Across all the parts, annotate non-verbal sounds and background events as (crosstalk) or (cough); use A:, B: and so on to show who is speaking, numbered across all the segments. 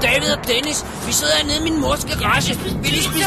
A: Dennis. Vi sidder hernede i min mors garage. Vi lige spise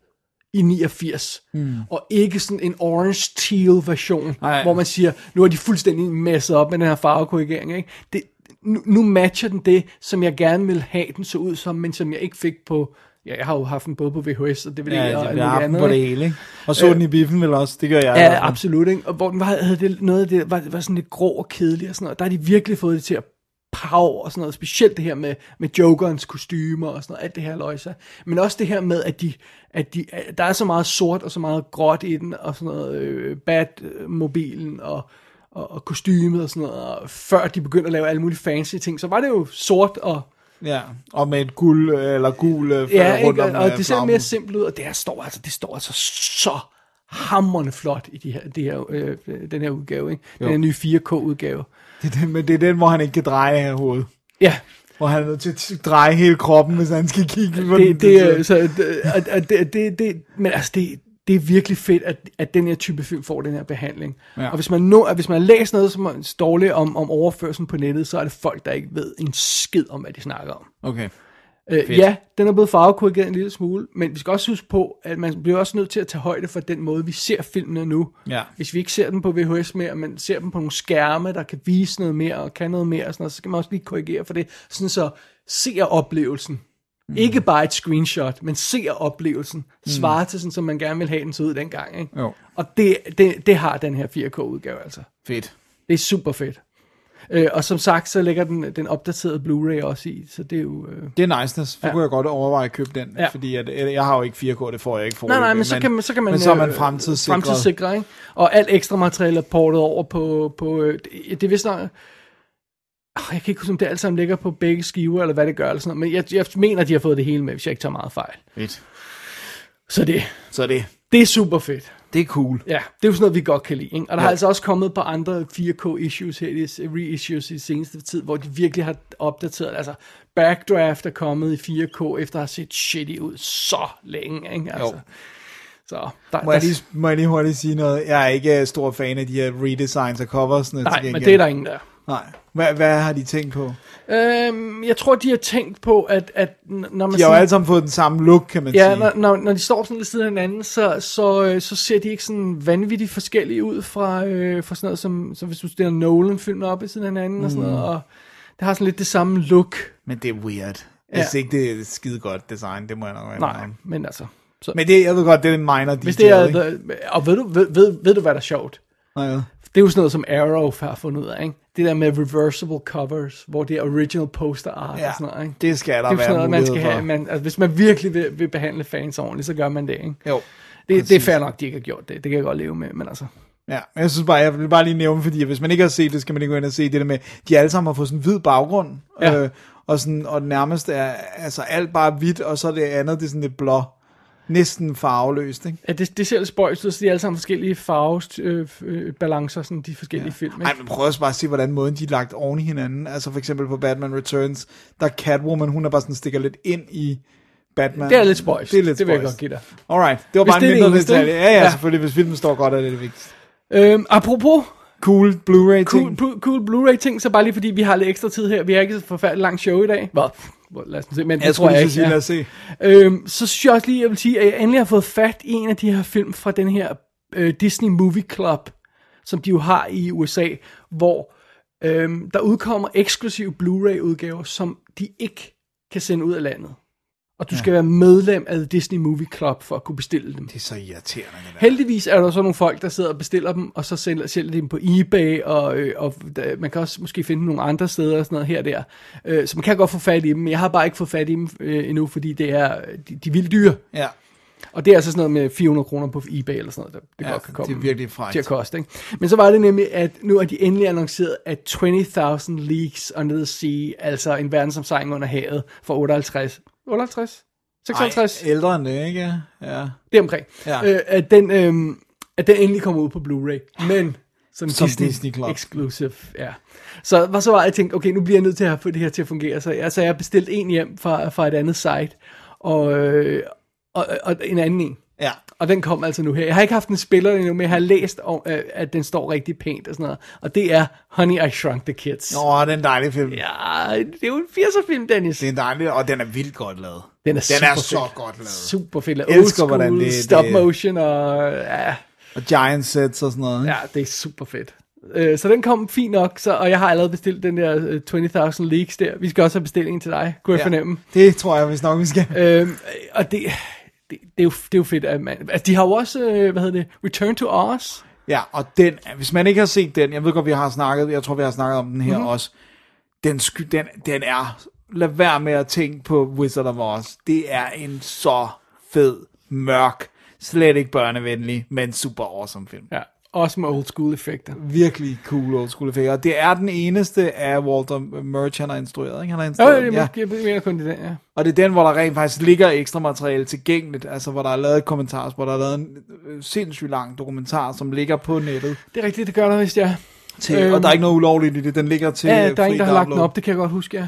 B: i 89. Mm. Og ikke sådan en orange teal version,
C: Nej.
B: hvor man siger, nu har de fuldstændig messet op med den her farvekorrigering. Ikke? Det, nu, nu matcher den det, som jeg gerne ville have den så ud som, men som jeg ikke fik på, ja, jeg har jo haft den både på VHS og DVD
C: Ja,
B: og
C: ja,
B: alt
C: det
B: muligt
C: er aften
B: andet.
C: på
B: ikke? Øh.
C: det hele, ikke? Og så den i biffen vel også, det gør jeg. i hvert
B: Ja,
C: fald.
B: absolut, ikke? Og hvor den var, havde det, noget af det var, var sådan lidt grå og kedelig og sådan noget. Der har de virkelig fået det til at pow og sådan noget. Specielt det her med, med Jokerens kostymer og sådan noget. Alt det her løjser. Men også det her med, at, de, at, de, at der er så meget sort og så meget gråt i den. Og sådan noget øh, Batmobilen og, og, og kostymet og sådan noget. Og før de begyndte at lave alle mulige fancy ting, så var det jo sort og
C: Ja, og med et guld øh, eller gul øh,
B: Ja,
C: rundt
B: ikke?
C: om
B: Og, og
C: øh,
B: det ser
C: flaggen.
B: mere simpelt ud, og det her står altså, det står altså så hammerne flot i de her, de her, øh, den her udgave, ikke? Den
C: Jo.
B: her nye 4K-udgave.
C: Det er den, men det er den, hvor han ikke kan dreje her hovedet.
B: Ja,
C: Hvor han er nødt til at dreje hele kroppen, hvis han skal kigge på den.
B: det, det, øh, så, det, og- og det, det, det, men altså, det, det er virkelig fedt, at, at den her type film får den her behandling.
C: Ja.
B: Ja. Og hvis man, nå, at hvis man har læst noget som er dårligt om, om overførselen på nettet, så er det folk, der ikke ved en skid om, hvad de snakker om.
C: Okay.
B: Øh, ja, den er blevet farvekorrigeret en lille smule, men vi skal også huske på, at man bliver også nødt til at tage højde for den måde, vi ser filmene nu.
C: Ja.
B: Hvis vi ikke ser dem på VHS mere, men ser dem på nogle skærme, der kan vise noget mere og kan noget mere, og sådan noget, så skal man også lige korrigere for det, sådan så ser oplevelsen. Mm. Ikke bare et screenshot, men ser oplevelsen svarer til sådan, som man gerne vil have den så ud dengang. Ikke?
C: Jo.
B: Og det, det, det har den her 4K-udgave altså.
C: Fedt.
B: Det er super fedt. Øh, og som sagt, så ligger den, den opdaterede Blu-ray også i, så det er jo... Øh,
C: Det er nice, så ja.
B: Ja.
C: kunne jeg godt overveje at købe den, ja.
B: Ja.
C: fordi at, eller jeg har jo ikke 4K, det får jeg ikke for.
B: Nej, nej, men så kan man, så kan man,
C: men så er man
B: øh,
C: fremtidssikret.
B: fremtidssikret ikke? Og alt ekstra materiale er portet over på, på øh, det, det er vist nok, Ah, jeg kan ikke huske, om det alt sammen ligger på begge skiver, eller hvad det gør, eller sådan noget. men jeg, jeg mener, de har fået det hele med, hvis jeg ikke tager meget fejl.
C: Fedt.
B: Så det,
C: Så er det,
B: det er super fedt.
C: det er cool.
B: Ja, det er jo sådan noget, vi godt kan lide. Ikke? Og der ja.
C: Ja.
B: har altså også kommet på andre 4K-issues her, i s- reissues i seneste tid, hvor de virkelig har opdateret. Altså, Backdraft er kommet i 4K, efter at have set shitty ud så længe. Ikke? Altså,
C: Jo.
B: Så der,
C: Må jeg,
B: der-
C: lige, må jeg lige hurtigt sige noget? Jeg er ikke øh, stor fan af de her redesigns og coversne. til
B: Nej, men
C: gengæld.
B: det er der ingen der.
C: Nej. Hvad, hvad har de tænkt på?
B: Øhm, jeg tror, de har tænkt på, at, at n- når man
C: De har jo
B: sådan-
C: alle sammen fået den samme look, kan man
B: ja,
C: sige.
B: når, når, når de står sådan lidt siden af hinanden, så, så, øh, så ser de ikke sådan vanvittigt forskellige ud fra, øh, fra sådan noget som, så hvis du stiller Nolan-film op i siden af hinanden og sådan noget,
C: Mm.
B: og det har sådan lidt det samme look.
C: Men det er weird. Jeg ja.
B: Ja.
C: synes ikke, det er skide godt design, det må jeg nok være
B: Nej, men altså. Så, men,
C: Men det, jeg ved godt, det er en minor detail,
B: hvis det er,
C: ikke?
B: the, og ved du, ved, ved, ved du, hvad der er sjovt?
C: Nej,
B: Det er jo sådan noget, som Arrow har fundet ud af, ikke? Det der med reversible covers, hvor det er original poster art
C: Ja,
B: og sådan noget, ikke?
C: det skal der
B: det er
C: være
B: sådan noget, man skal
C: mulighed for.
B: have. Man, altså, hvis man virkelig vil, vil behandle fans ordentligt, så gør man det, ikke?
C: Jo.
B: Det, det er fair nok, de ikke har gjort det. Det kan jeg godt leve med, men altså...
C: Ja, men jeg synes bare, jeg vil bare lige nævne, fordi hvis man ikke har set det, skal man ikke gå ind og se det der med, de alle sammen har fået sådan en hvid baggrund,
B: Ja.
C: øh, og, sådan, og nærmest er altså alt bare hvidt, og så det andet, det er sådan lidt blå, næsten farveløst, ikke?
B: Ja, det, det ser lidt spøjst ud, så de er alle sammen forskellige farves, øh, øh, balancer, sådan de forskellige ja. film,
C: Nej,
B: ikke?
C: men prøv også bare at se, hvordan måden de er lagt oven i hinanden. Altså for eksempel på Batman Returns, der er Catwoman, hun er bare sådan stikker lidt ind i Batman.
B: Det er lidt spøjst.
C: Det er lidt
B: det vil jeg godt
C: spøjst.
B: give dig.
C: Alright, det var
B: Hvis
C: bare
B: det er
C: en
B: det
C: mindre
B: eneste,
C: detalje.
B: ikke?
C: Ja, ja,
B: Ja.
C: selvfølgelig, hvis filmen står godt, er det det vigtigste.
B: Øhm, apropos
C: Cool Blu-ray
B: cool,
C: ting.
B: blu- cool Blu-ray-ting, så bare lige fordi vi har lidt ekstra tid her. Vi har ikke så forfærdeligt langt show i dag. Hvor, hvor- lad os nu se, men det
C: Jeg
B: tror
C: skulle
B: jeg
C: lige
B: ikke.
C: så sige,
B: ja.
C: lad os se.
B: Øhm, så synes jeg også lige, jeg vil sige, at jeg endelig har fået fat i en af de her film fra den her øh, Disney Movie Club, som de jo har i USA, hvor øhm, der udkommer eksklusive Blu-ray-udgaver, som de ikke kan sende ud af landet. Og du skal være medlem af Disney Movie Club for at kunne bestille dem.
C: Det er så irriterende. Det der.
B: Heldigvis er der så nogle folk, der sidder og bestiller dem, og så sælger, sælger de dem på eBay, og, øh, og der, man kan også måske finde nogle andre steder og sådan noget her og der. Øh, så man kan godt få fat i dem, men jeg har bare ikke fået fat i dem øh, endnu, fordi det er, de, de er vildt dyre.
C: Ja.
B: Og det er altså sådan noget med 400 kroner på eBay eller sådan noget, der det
C: Ja,
B: ja, godt kan
C: det er
B: komme
C: virkelig frækt.
B: til at koste. Ikke? Men så var det nemlig, at nu har de endelig annonceret, at 20.000 leagues under the sea, altså en verdensomsejling under havet, for 58, 58? 56?
C: Ej, ældre end det, ikke? Ja.
B: det omkring,
C: Ja.
B: ja. øh, at, den, øh, at den endelig kommer ud på Blu-ray, men som,
C: Som
B: som Disney,
C: Disney
B: Disney
C: Club.
B: exclusive, ja. Så var så var jeg tænkt, okay, nu bliver jeg nødt til at få det her til at fungere, så jeg, så jeg bestilte en hjem fra, fra et andet site, og, øh, og, og en anden en.
C: Ja.
B: Og den kom altså nu her. Jeg har ikke haft en spiller endnu, men jeg har læst, om, øh, at den står rigtig pænt og sådan noget. Og det er Honey, I Shrunk the Kids.
C: Nå, det er en dejlig film. Ja.
B: Ja, det er jo en 80'er film, Dennis.
C: Det er en dejlig, og den er vildt godt lavet.
B: Den
C: Den
B: er, super
C: er så
B: fed.
C: godt lavet.
B: Super fed.
C: Jeg
B: Old
C: elsker,
B: school,
C: hvordan det- det-
B: stop motion og... Ja,
C: Og Giant Sets og sådan noget. ikke?
B: ja det er super fedt. Øh, så den kom fint nok, så, og jeg har allerede bestilt den der øh, 20.000 leaks der. Vi skal også have bestillingen til dig, kunne jeg ja. fornemme.
C: Det tror jeg, hvis nok vi skal.
B: Øhm, og det, det, det, er jo, det er jo fedt, at man... Altså, de har jo også, øh, hvad hedder det, Return to Oz.
C: Ja, og den, hvis man ikke har set den, jeg ved godt, vi har snakket, jeg tror, vi har snakket om den
B: Mhm.
C: her mm-hmm. også. Den, sky, den, den er, lad være med at tænke på Wizard of Oz. Det er en så fed, mørk, slet ikke børnevenlig, men super awesome film.
B: Ja, også med old school effekter.
C: Virkelig cool old school effekter. Og Det er den eneste af Walter Murch, han har instrueret, ikke? Han har
B: Jo,
C: instrueret
B: jo, det
C: den,
B: er måske, jeg mener kun det der, ja.
C: Og det er den, hvor der rent faktisk ligger ekstra materiale tilgængeligt, altså hvor der er lavet kommentarer, hvor der er lavet en øh, sindssygt lang dokumentar, som ligger på nettet.
B: Det er rigtigt, det gør der, hvis jeg...
C: Til, øhm, og der er ikke noget ulovligt i det, den ligger til
B: Ja,
C: øh,
B: der er
C: fri
B: en, der har lagt den
C: download.
B: op, det kan jeg godt huske, ja.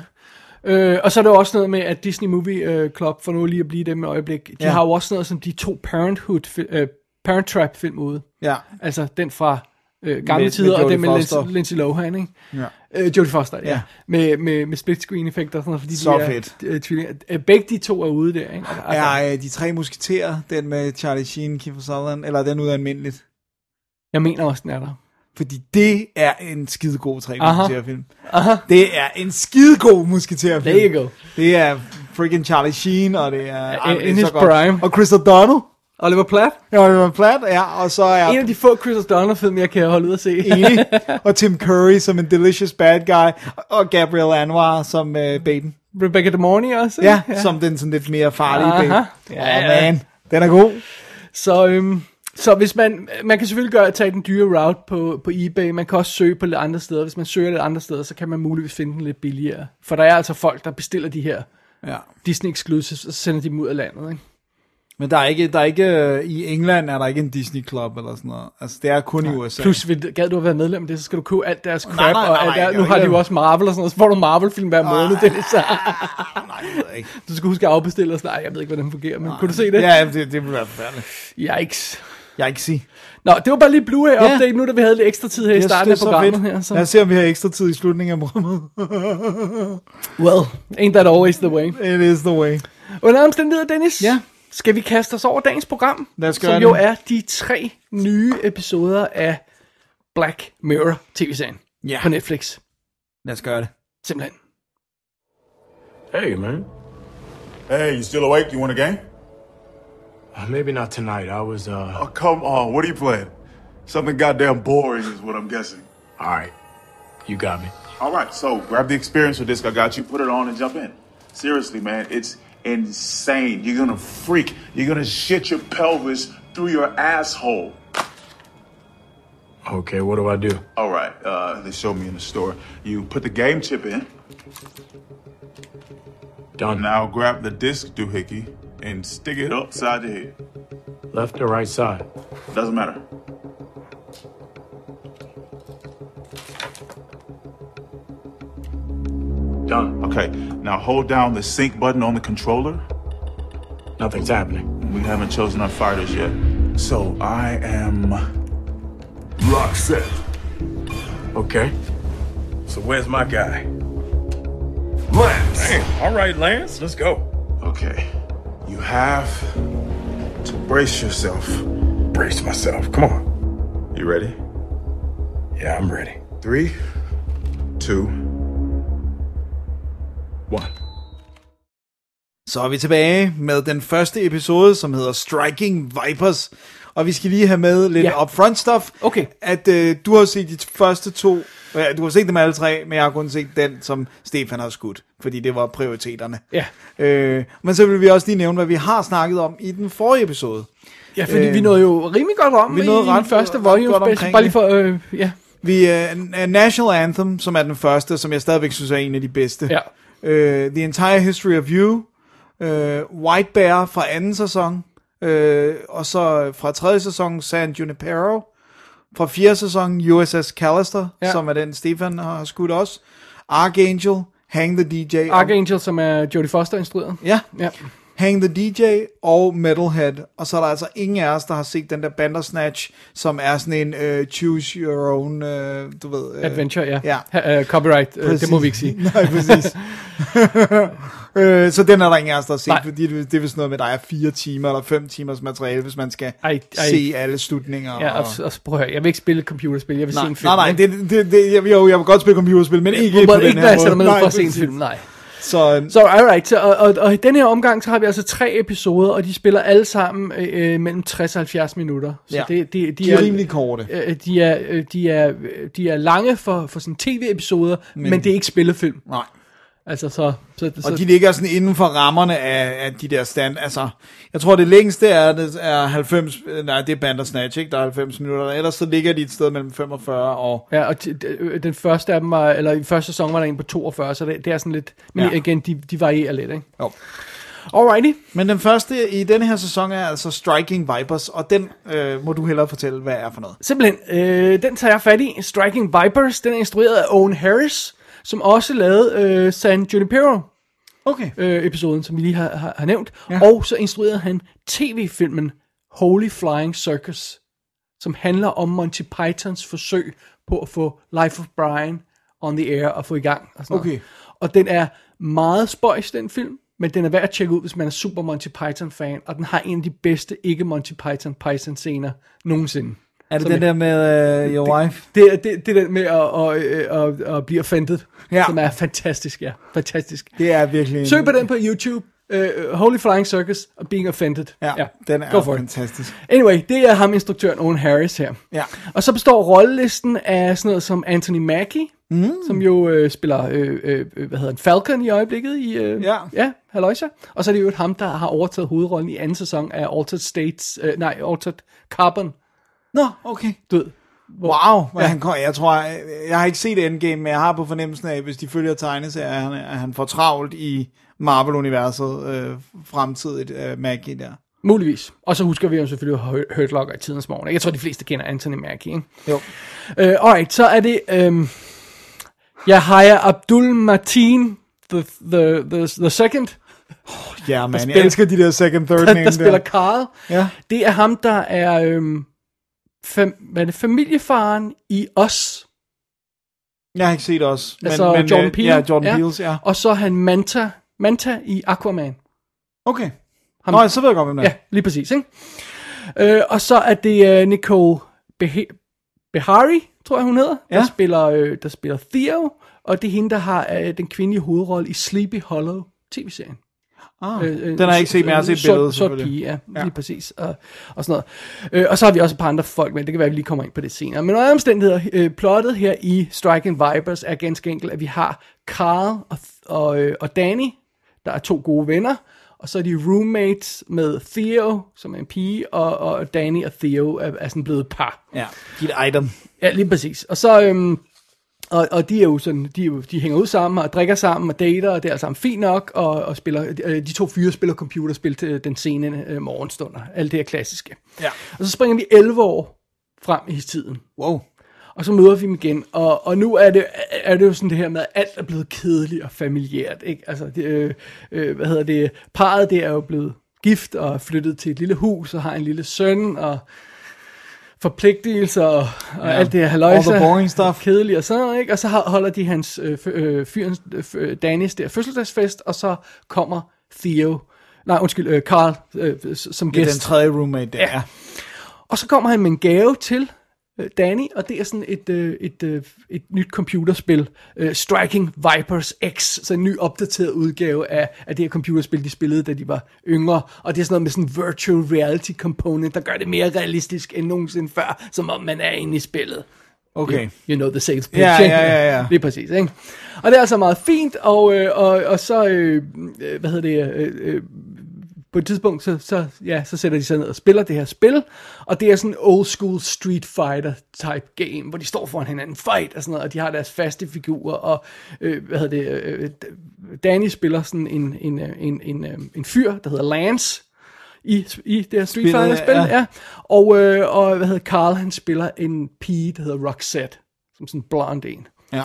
B: Øh, og så er der også noget med, at Disney Movie øh, Club, for nu lige at blive dem et øjeblik, de
C: Ja.
B: ja. har jo også noget som de to Parenthood, fi- øh, Parent Trap film ude.
C: Ja,
B: Altså den fra øh, gamle
C: med
B: med, tider, med og
C: Jodie
B: den med
C: Foster.
B: Lindsay, Lindsay Lohan, ikke?
C: Ja.
B: Øh, Jodie Foster, ja.
C: Ja.
B: ja. Med, med, med split screen effekter og sådan noget, fordi
C: Så
B: de er
C: fedt.
B: Øh, tvillinger. Øh, begge de to er ude der, ikke? Altså,
C: er øh, de tre musketerer, den med Charlie Sheen, Kiefer Sutherland, eller er den udanmindeligt?
B: altså, Jeg mener også, den er der.
C: Fordi det er en skidegod tre
B: Aha.
C: musketerfilm.
B: Aha,
C: Det er en skidegod musketerfilm.
B: there you go.
C: Det er freaking Charlie Sheen, og det er... ej, det er
B: in
C: så
B: his prime.
C: Og Chris O'Donnell.
B: Oliver Platt?
C: Ja, Oliver Platt, ja, og så er...
B: En af de få Chris O'Donnell-film, jeg kan holde ud at se.
C: Enig. Og Tim Curry som en delicious bad guy. Og Gabriel Anwar som øh, Baden.
B: (laughs) Rebecca De Morney også.
C: Ja,
B: ikke?
C: ja, som den sådan lidt mere farlige
B: Aha.
C: Baden.
B: Ja,
C: Åh,
B: ja.
C: man. Den er god.
B: Så, øhm, så hvis man, man kan selvfølgelig gøre, tage den dyre route på, på eBay, man kan også søge på lidt andre steder. Hvis man søger lidt andre steder, så kan man muligvis finde den lidt billigere. For der er altså folk, der bestiller de her
C: Ja.
B: Disney Exclusives, og så sender de dem ud af landet. Ikke?
C: Men der er ikke, der er ikke, øh, i England er der ikke en Disney Club eller sådan noget. Altså, det er kun i USA.
B: Plus, vil- gad du at være medlem af det, så skal du købe alt deres crap,
C: nej, nej,
B: og alt
C: nej,
B: der.
C: nej,
B: nu har de
C: ikke.
B: jo også Marvel og sådan noget, så får du Marvel-film hver måned, det er så.
C: (laughs) Nej, det ved jeg ikke.
B: Du skal huske at afbestille og sådan, nej, jeg ved ikke, hvordan det fungerer, men kunne du se det?
C: Ja, det, det vil være forfærdeligt.
B: Yikes.
C: Jeg kan ikke sige.
B: Nå, det var bare lige Blu-ray-update, nu da vi havde lidt ekstra tid her i starten af programmet her.
C: Lad os se, om vi har ekstra tid i slutningen af programmet. (laughs)
B: Well, ain't that always the way.
C: It is the way.
B: Under omstændigheder, Dennis,
C: Ja.
B: skal vi kaste os over dagens program,
C: Lad os gøre
B: som jo
C: det.
B: er de tre nye episoder af Black Mirror tv-serien
C: Ja.
B: på Netflix.
C: Lad os gøre det.
B: Simpelthen.
D: Hey, man.
E: Hey, you still awake? You want a game?
D: Uh, Maybe not tonight. I was, uh.
E: Oh, come on. What are you playing? Something goddamn boring is what I'm guessing.
D: Alright. You got me.
E: All right, so grab the experience with this. I got you. Put it on and jump in. Seriously, man, it's insane. You're gonna freak. You're gonna shit your pelvis through your asshole.
D: Okay, what do I do?
E: All right, uh, they showed me in the store. You put the game chip in.
D: Done.
E: Now grab the disc doohickey and stick it upside your head.
D: Left or right side?
E: Doesn't matter.
D: Done.
E: Okay, now hold down the sync button on the controller.
D: Nothing's happening.
E: We haven't chosen our fighters yet. So I am
F: Lock set.
D: Okay.
F: So where's my guy? Lance. All right, Lance, let's go.
E: Okay. You have to brace yourself.
F: Brace myself. Come on.
E: You ready?
F: Yeah, I'm ready.
E: Three, two, one.
C: Så er vi tilbage med den første episode, som hedder Striking Vipers. Og vi skal lige have med lidt
B: Ja.
C: yeah. upfront stuff.
B: Okay.
C: At øh, du har set de første to, ja, du har set dem alle tre, men jeg har kun set den, som Stefan har skudt. Fordi det var prioriteterne.
B: Ja.
C: Øh, men så vil vi også lige nævne, hvad vi har snakket om i den forrige episode.
B: Ja, fordi øh, vi
C: Øh,
B: nåede jo rimelig godt om
C: vi
B: i,
C: nåede
B: i
C: ret-
B: den første
C: ret
B: volume
C: godt
B: special.
C: omkring
B: Bare lige for, øh, ja.
C: Vi er uh, National Anthem, som er den første, som jeg stadigvæk synes er en af de bedste.
B: Ja.
C: Uh, The Entire History of You, uh, White Bear fra anden sæson, uh, og så fra tredje sæson San Junipero, fra fjerde sæson USS Callister,
B: Ja.
C: ja. som er den Stefan har skudt også, Archangel, Hang the DJ, og-
B: Archangel, som er Jodie Foster instrueret.
C: ja,
B: Ja.
C: Hang the DJ og Metalhead, og så er der altså ingen af os, der har set den der Bandersnatch, som er sådan en uh, choose your own, uh, du ved... øh,
B: Adventure, ja.
C: Ja.
B: Ha- øh, copyright, øh, det
C: Præcis. (laughs)
B: må vi ikke sige.
C: Nej,
B: (laughs)
C: præcis. øh, så den er der ingen af os, der har set,
B: Nej.
C: fordi det, det er vist noget med, at der er fire timer eller fem timers materiale, hvis man skal
B: Ej, ej.
C: se alle slutninger.
B: Ja, og,
C: og...
B: og så prøv at høre, jeg vil ikke spille computerspil, jeg vil se
C: Nej,
B: en film.
C: nej, nej,
B: ikke?
C: det, det, det, jeg, jo, jeg vil godt spille computerspil, men ikke
B: Hvor
C: på
B: man
C: den
B: ikke
C: her
B: være
C: måde.
B: sætter med for at se en
C: præcis.
B: film, nej.
C: Så, øh,
B: Så alright, så, og, og, og i den her omgang, så har vi altså tre episoder, og de spiller alle sammen øh, øh, mellem 60 og 70 minutter. Så
C: Ja.
B: det, det, de,
C: de er rimelig korte.
B: Øh, de, er, øh, de, er, øh, de er lange for, for sådan tv-episoder, men, men det er ikke spillefilm.
C: Nej.
B: Altså, så, så, så
C: Og de ligger sådan inden for rammerne af, af de der stand. Altså, jeg tror det længste er, det er 90, nej det er Bandersnatch, ikke? Der er 90 minutter. Ellers så ligger de et sted mellem 45 og
B: Ja, og t- d- øh, den første af dem var, eller i første sæson var der en på 42, så det, det er sådan lidt, men ja.
C: Ja.
B: igen, de, de varierer lidt, ikke?
C: Jo.
B: Alrighty.
C: Men den første i denne her sæson er altså Striking Vipers, og den øh, må du hellere fortælle, hvad er for noget.
B: Simpelthen, øh, den tager jeg fat i. Striking Vipers, den er instrueret af Owen Harris, som også lavede øh, San Junipero.
C: Okay.
B: øh, episoden, som vi lige har, har, har nævnt. Ja. Og så instruerede han tv-filmen Holy Flying Circus, som handler om Monty Pythons forsøg på at få Life of Brian on the air og få i gang. Og, sådan
C: Okay.
B: noget. og den er meget spøjs, den film, men den er værd at tjekke ud, hvis man er super Monty Python-fan, og den har en af de bedste ikke Monty Python Python-scener nogensinde.
C: Er det den der med uh, Your Wife?
B: Det er det, det er den med at, at, at, at, at blive offended,
C: Ja.
B: som er fantastisk, ja. Fantastisk.
C: Det er virkelig en...
B: Søg på den på YouTube. Uh, Holy Flying Circus og Being Offended.
C: Ja, ja, den er
B: Go for it.
C: fantastisk.
B: Anyway, det er ham, instruktøren Owen Harris her.
C: Ja.
B: Og så består rollelisten af sådan noget som Anthony Mackie, mm. som jo øh, spiller, øh, øh, øh, hvad hedder han, Falcon i øjeblikket i, øh,
C: Ja.
B: ja Halløjsa. Og så er det jo ham, der har overtaget hovedrollen i anden sæson af Altered States, øh, nej, Altered Carbon,
C: Nå, okay.
B: du ved.
C: Wow, ja. han kom, jeg tror, jeg, jeg har ikke set Endgame, men jeg har på fornemmelsen af, hvis de følger tegneserier, at han, at han får travlt i Marvel-universet øh, fremtidigt, øh, Maggie der.
B: Muligvis. Og så husker vi jo selvfølgelig Hurt- Hurt Locker i tidens morgen. ikke? Jeg tror, de fleste kender Anthony Mackie, ikke?
C: Jo.
B: Øh, alright, så er det... Øhm, jeg hire Abdul Martin the, the, the, the second,
C: Ja, man, jeg
B: spiller-
C: elsker de der second, third
B: (laughs) der,
C: name
B: der spiller
C: der.
B: Carl.
C: Ja.
B: Det er ham, der er øhm, fam, hvad er det, familiefaren i Os.
C: Jeg har ikke set også. Men,
B: Altså
C: men,
B: Jordan
C: øh,
B: Peele.
C: Ja, Jordan Peele, ja.
B: Og så er han Manta, Manta i Aquaman.
C: Okay. Nå, så ved jeg godt, hvem det er.
B: Ja, lige præcis, ikke? Øh, og så er det øh, Nicole Beh- Behari, tror jeg hun hedder, ja. der,
C: Ja.
B: spiller, øh, der spiller Theo, og det er hende, der har øh, den kvindelige hovedrolle i Sleepy Hollow tv-serien.
C: Ah,
B: øh,
C: den har jeg ikke set, men jeg har set
B: sort-
C: billedet
B: Sort
C: selvfølgelig.
B: pige, ja, lige præcis, og, og sådan noget. Øh, og så har vi også et par andre folk, men det kan være, at vi lige kommer ind på det senere. Men under omstændigheder, øh, plottet her i Striking Vipers er ganske enkelt, at vi har Carl og, og, øh, og Danny, der er to gode venner, og så er de roommates med Theo, som er en pige, og, og Danny og Theo er, er sådan blevet et par.
C: Ja, dit item.
B: Ja, lige præcis. Og så, øhm, og, og de er jo sådan, de, er jo, de hænger ud sammen og drikker sammen og dater, og det er alt sammen fint nok, og, og spiller, øh, de to fyre spiller computerspil til den sene øh, morgenstunder. Alt det her klassiske.
C: Ja.
B: Og så springer vi 11 år frem i tiden.
C: Wow.
B: Og så møder vi dem igen, og, og nu er det, er det jo sådan det her med, at alt er blevet kedeligt og familiært, ikke? Altså, det, øh, øh, hvad hedder det, parret det er jo blevet gift og er flyttet til et lille hus og har en lille søn og forpligtelser og, og ja. alt det her haløjse.
C: All the boring stuff.
B: Kedeligt og sådan noget, ikke? Og så har- holder de hans, øh, fy- øh, fyrens, øh, fy- øh, Danis der fødselsdagsfest, og så kommer Theo, nej undskyld, øh, Carl øh, s- som
C: Det er
B: gæst.
C: den tredje roommate der.
B: Og så kommer han med en gave til øh, Danny, og det er sådan et, øh, et, øh, et nyt computerspil, øh, Striking Vipers X, så en ny opdateret udgave af, af det her computerspil, de spillede, da de var yngre, og det er sådan noget med sådan en virtual reality component, der gør det mere realistisk end nogensinde før, som om man er inde i spillet.
C: Okay.
B: You know the sales pitch.
C: Ja,
B: ikke?
C: ja, ja, ja.
B: Lige præcis, ikke? Og det er altså meget fint, og, øh, og, og så, øh, øh, hvad hedder det, øh, øh, på et tidspunkt, så, så, ja, så sætter de sig ned og spiller det her spil, og det er sådan old school Street Fighter type game, hvor de står foran hinanden, fight og sådan noget, og de har deres faste figurer, og øh, hvad hedder det, øh, Danny spiller sådan en, en, øh, en, en, øh, en fyr, der hedder Lance, i, i det her Street
C: Spillet,
B: Fighter spil,
C: ja.
B: ja. ja. Og, øh, og hvad hedder Carl, han spiller en pige, der hedder Roxette, som sådan en blond en.
C: Ja.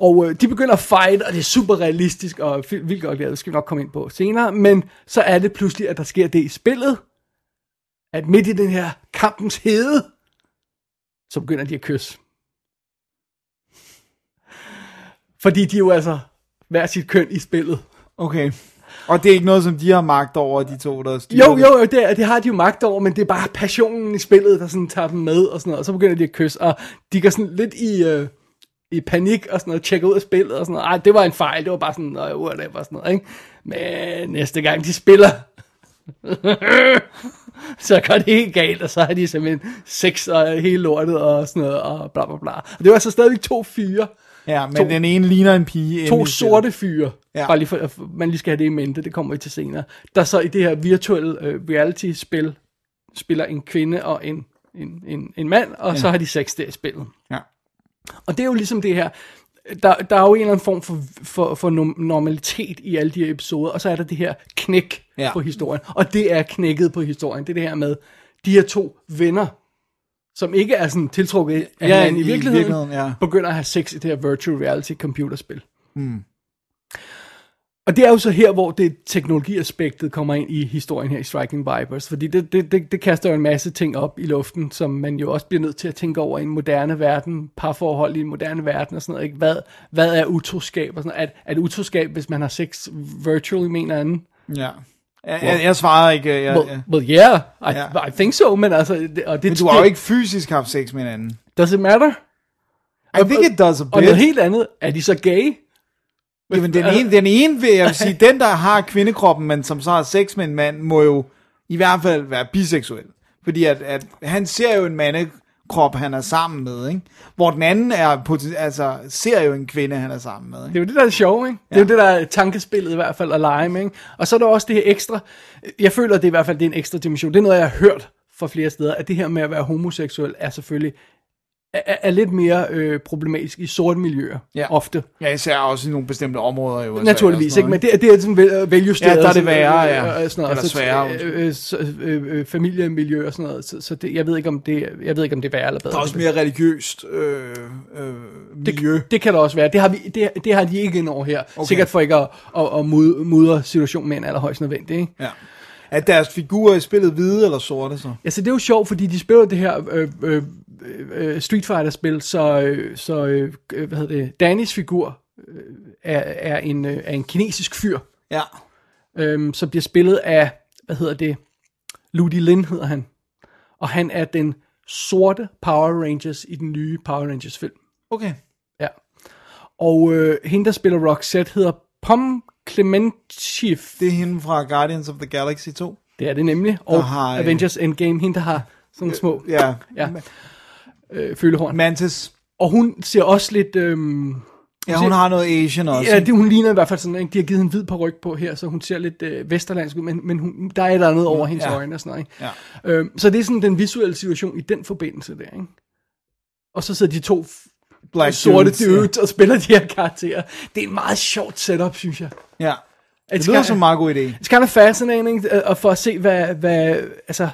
B: Og øh, de begynder at fight, og det er super realistisk, og fi- vildt godt lavet, det skal vi nok komme ind på senere. Men så er det pludselig, at der sker det i spillet, at midt i den her kampens hede, så begynder de at kysse. Fordi de er jo altså hver sit køn i spillet.
C: Okay. Og det er ikke noget, som de har magt over, de to, der styrer
B: Jo,
C: det?
B: jo, jo, det, er- det har de jo magt over, men det er bare passionen i spillet, der sådan tager dem med og sådan noget, og så begynder de at kysse, og de går sådan lidt i, øh, i panik og sådan noget, tjekker ud af spillet og sådan noget. Ej, det var en fejl, det var bare sådan, nej, whatever og sådan noget, ikke? Men næste gang de spiller, (laughs) så går det helt galt, og så har de simpelthen sex og hele lortet og sådan noget, og bla bla bla. Og det var så stadigvæk to fyre,
C: Ja, men
B: To-
C: den ene ligner en pige. inde
B: to
C: i spillet.
B: sorte fyre,
C: Ja.
B: ja. bare lige for, at man lige skal have det i mente, det kommer vi til senere, der så i det her virtuelle øh, reality-spil spiller en kvinde og en, en, en, en mand, og ja. så har de sex der i spillet.
C: Ja.
B: Og det er jo ligesom det her, der, der er jo en eller anden form for, for, for nom- normalitet i alle de her episoder, og så er der det her knæk
C: Ja.
B: ja. på historien, og det er knækket på historien, det er det her med de her to venner, som ikke er sådan tiltrukket
C: Ja,
B: af ja, hinanden i
C: i
B: virkeligheden,
C: virkeligheden, ja.
B: begynder at have sex i det her virtual reality computerspil.
C: Hmm.
B: Og det er jo så her, hvor det teknologiaspektet kommer ind i historien her i Striking Vipers, fordi det, det, det, det kaster jo en masse ting op i luften, som man jo også bliver nødt til at tænke over i en moderne verden, parforhold i en moderne verden og sådan noget. Ikke? Hvad, hvad er utroskab? Og sådan noget. Er, er det utroskab, hvis man har sex virtually med en anden?
C: Ja. Jeg, jeg, jeg svarede ikke. øh, Jeg,
B: Well,
C: jeg.
B: well yeah, I,
C: Ja.
B: I think so, men altså... Det, og det,
C: Men du har jo
B: det-
C: ikke fysisk haft sex med hinanden.
B: Does it matter?
C: I think it does a
B: Og noget
C: bit.
B: helt andet, er de så gay?
C: Jamen, den ene, den ene vil jeg vil sige, den der har kvindekroppen, men som så har sex med en mand, må jo i hvert fald være biseksuel. Fordi at, at han ser jo en mandekrop, han er sammen med, ikke? Hvor den anden er, poten- altså, ser jo en kvinde, han er sammen med,
B: Det
C: ikke?
B: er jo det, der er det sjove, ikke? Ja. Det er jo det, der er tankespillet i hvert fald at lege med, ikke? Og så er der også det her ekstra, jeg føler, at det i hvert fald det er en ekstra dimension. Det er noget, jeg har hørt fra flere steder, at det her med at være homoseksuel er selvfølgelig er, er- er lidt mere øh, problematisk i sorte miljøer,
C: Ja.
B: ja. ofte.
C: Ja, især også i nogle bestemte områder, jo.
B: Naturligvis, ikke? Men det, er- det er sådan vel- væljusteret.
C: Ja, der er det
B: sådan,
C: værre,
B: øh,
C: ja.
B: og Sådan noget,
C: Eller
B: så-
C: sværere,
B: øh, øh, så- øh, øh, familiemiljø og sådan noget. Så, så det, jeg, ved ikke, om det, jeg ved ikke, om det er værre eller bedre.
C: Der er også mere religiøst øh, øh, miljø.
B: Det, det kan der også være. Det har, vi, det, det har de ikke ind over her.
C: Okay.
B: Okay. Sikkert for ikke at, at, at mud- mudre situationen med en allerhøjst nødvendig. Ikke?
C: Ja. Er deres figurer i spillet hvide eller sorte, så?
B: Altså, det er jo sjovt, fordi de spiller det her øh, øh, øh, Street Fighter-spil, så, øh, så øh, hvad hedder det, Dannys figur øh, er, er, en, øh, er en kinesisk fyr,
C: Ja.
B: øh, som bliver spillet af, hvad hedder det, Ludi Lin hedder han. Og han er den sorte Power Rangers i den nye Power Rangers-film.
C: Okay.
B: Ja. Og øh, hende, der spiller Roxette, hedder Pom Clementiev.
C: Det er hende fra Guardians of the Galaxy 2.
B: Det er det nemlig. Og
C: har, øh,
B: Avengers Endgame, hende, der har sådan små
C: Ja.
B: ja, øh, følehorn.
C: Mantis.
B: Og hun ser også lidt... Øhm,
C: Ja, hun har noget Asian også.
B: ja, det, hun ligner i hvert fald sådan, ikke? de har givet en hvid paryk på her, så hun ser lidt øh, vesterlandsk ud, men, men hun, der er et eller andet over hendes
C: Ja.
B: øjne og sådan noget. Ikke?
C: Ja.
B: Øhm, så det er sådan den visuelle situation i den forbindelse der. Ikke? Og så sidder de to f-
C: Black
B: sorte
C: dudes, ja.
B: dudes og spiller de her karakterer. Det er en meget sjovt setup, synes jeg.
C: Ja. Det
B: It's
C: lyder
B: ki-
C: som en meget god idé.
B: It's kind of fascinating øh, og for at se, hvad, hvad, altså,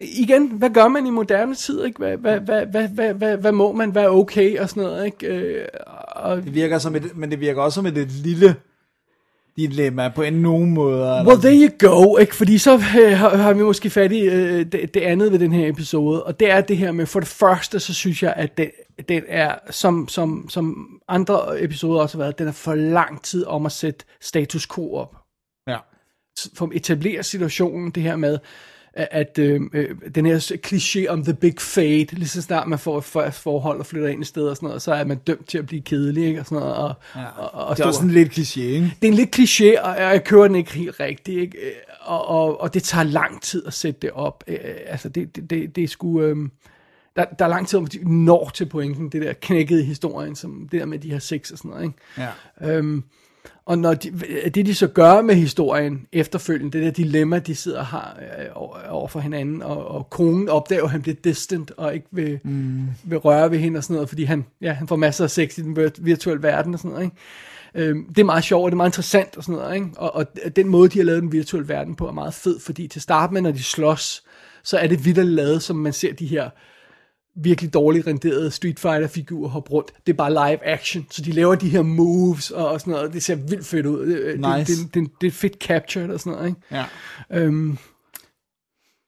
B: igen, hvad gør man i moderne tid, ikke? Hvad, hvad, hvad, hvad, hvad, hvad, hvad må man, hvad er okay og sådan noget, ikke? Øh, og,
C: Det virker som et, men det virker også som et, et lille dilemma på en nogen måde. Eller?
B: well, there you go, ikke? Fordi så øh, har, har vi måske fat i øh, det, det andet ved den her episode, og det er det her med, for det første, så synes jeg, at den, den er, som, som, som andre episoder også har været, den er for lang tid om at sætte status quo op.
C: Ja.
B: for at etablere situationen, det her med, at, at øh, øh, den her s- kliché om the big fade, lige så snart man får et første forhold og flytter ind et sted og sådan noget, så er man dømt til at blive kedelig, ikke? Og sådan noget, og, ja. og, og, og
C: Det er også
B: stor-
C: sådan lidt kliché, ikke?
B: det er en lidt kliché, og jeg kører den ikke helt rigtigt, ikke? Øh, Og, og, og det tager lang tid at sætte det op. Øh, altså, det, det, det, det er sgu... Øh, der, der er lang tid, hvor de når til pointen, det der knækkede i historien, som det der med de her sex og sådan noget, ikke?
C: Ja.
B: Øhm, og når de, det, de så gør med historien efterfølgende, det der dilemma, de sidder og har øh, over- over for hinanden, og, og konen opdager, at han bliver distant og ikke vil, mm. vil røre ved hende og sådan noget, fordi han, ja, han får masser af sex i den virt- virtuelle verden og sådan noget. Ikke? Øhm, det er meget sjovt, og det er meget interessant og sådan noget. Ikke? Og, og den måde, de har lavet den virtuelle verden på, er meget fed, fordi til at starte med, når de slås, så er det vidt lavet, som man ser de her virkelig dårligt renderede Street Fighter-figurer hoppe rundt. Det er bare live action, så de laver de her moves og, og sådan noget, og det ser vildt fedt ud. Nice. Det,
C: Nice.
B: det, det, det er fedt captured og sådan noget, ikke?
C: ja.
B: Øhm,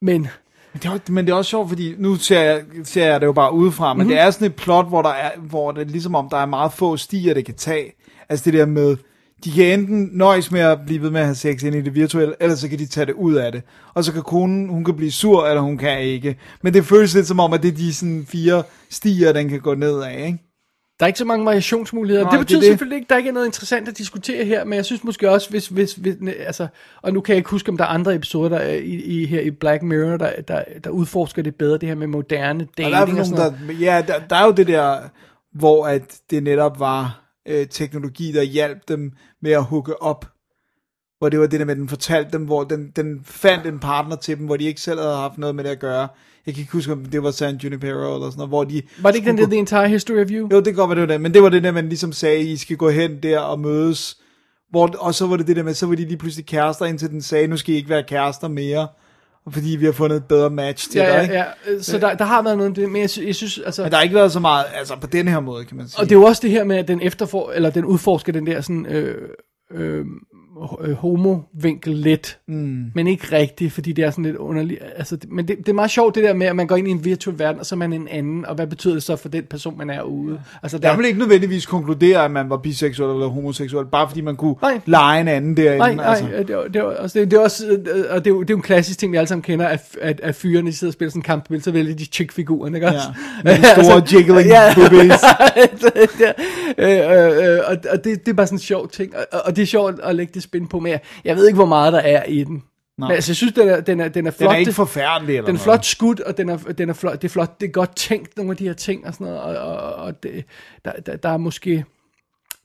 B: men
C: Men, det er, også- men det er også sjovt, fordi nu ser jeg, ser jeg det jo bare udefra, men mm-hmm. det er sådan et plot, hvor, der er, hvor det er ligesom om, der er meget få stier, det kan tage. Altså det der med, de kan enten nøjes med at blive ved med at have sex ind i det virtuelle, eller så kan de tage det ud af det. Og så kan konen, hun kan blive sur, eller hun kan ikke. Men det føles lidt som om, at det er de sådan fire stier, den kan gå ned af, ikke?
B: Der er ikke så mange variationsmuligheder.
C: Nej,
B: Nej, det
C: det er
B: betyder det
C: det.
B: selvfølgelig ikke, at der ikke er noget interessant at diskutere her, men jeg synes måske også, hvis... hvis, hvis ne- altså, og nu kan jeg ikke huske, om der er andre episoder der er i, i, her i Black Mirror, der, der, der udforsker det bedre, det her med moderne
C: Og
B: dating
C: der er, vel
B: og
C: nogen,
B: sådan noget.
C: der, ja, der, der er jo det der, hvor at det netop var øh, teknologi, der hjalp dem med at hooke op. Hvor det var det der med, at den fortalte dem, hvor den, den fandt en partner til dem, hvor de ikke selv havde haft noget med det at gøre. Jeg kan ikke huske, om det var San Junipero eller sådan noget, hvor de...
B: Var det ikke den der
C: skulle
B: The Entire History of You?
C: gå- Jo, det kan godt være, det var det, men det var det der, man ligesom sagde, I skal gå hen der og mødes. Hvor, og så var det det der med, så var de lige pludselig kærester, indtil den sagde, nu skal I ikke være kærester mere, fordi vi har fundet et bedre match til
B: Ja,
C: dig.
B: ja,
C: ikke?
B: ja. Øh, Så der, der har været noget om det, men jeg, sy- jeg synes... Altså,
C: Men der har ikke været så meget, altså på den her måde, kan man sige.
B: Og det er jo også det her med, at den, efterfor, eller den udforsker den der sådan, øh, øh, ho- øh, homo-vinkel lidt, mm. men ikke rigtigt, fordi det er sådan lidt underligt. Altså, det- men det, det er meget sjovt det der med, at man går ind i en virtuel verden, og så er man en anden, og hvad betyder det så for den person, man er ude? Altså, der,
C: Jeg vil ikke nødvendigvis konkludere, at man var biseksuel eller homoseksuel, bare fordi man kunne
B: Nej.
C: lege en anden derinde.
B: Nej, nej,
C: altså.
B: altså. det, er- det, er også, det, det er også, øh, og det er, jo, det er jo en klassisk ting, vi alle sammen kender, at, at, at fyrene de sidder og spiller sådan en kampspil, så vælger de chick-figuren, ikke (laughs) også? Altså,
C: Ja, med de store jiggling boobies.
B: (laughs) Ja, øh, øh, øh, og og det, det er bare sådan en sjov ting, og, og- og det er sjovt at lægge det spin på mere. Jeg ved ikke, hvor meget der er i den. Men altså, jeg synes, den er, den er, den er flot.
C: Den er ikke
B: det-
C: forfærdelig eller
B: den er
C: noget.
B: flot skudt, og den er, den er flot, det er flot, det er godt tænkt, nogle af de her ting og sådan noget, og, og, og det, der, der, der, er måske,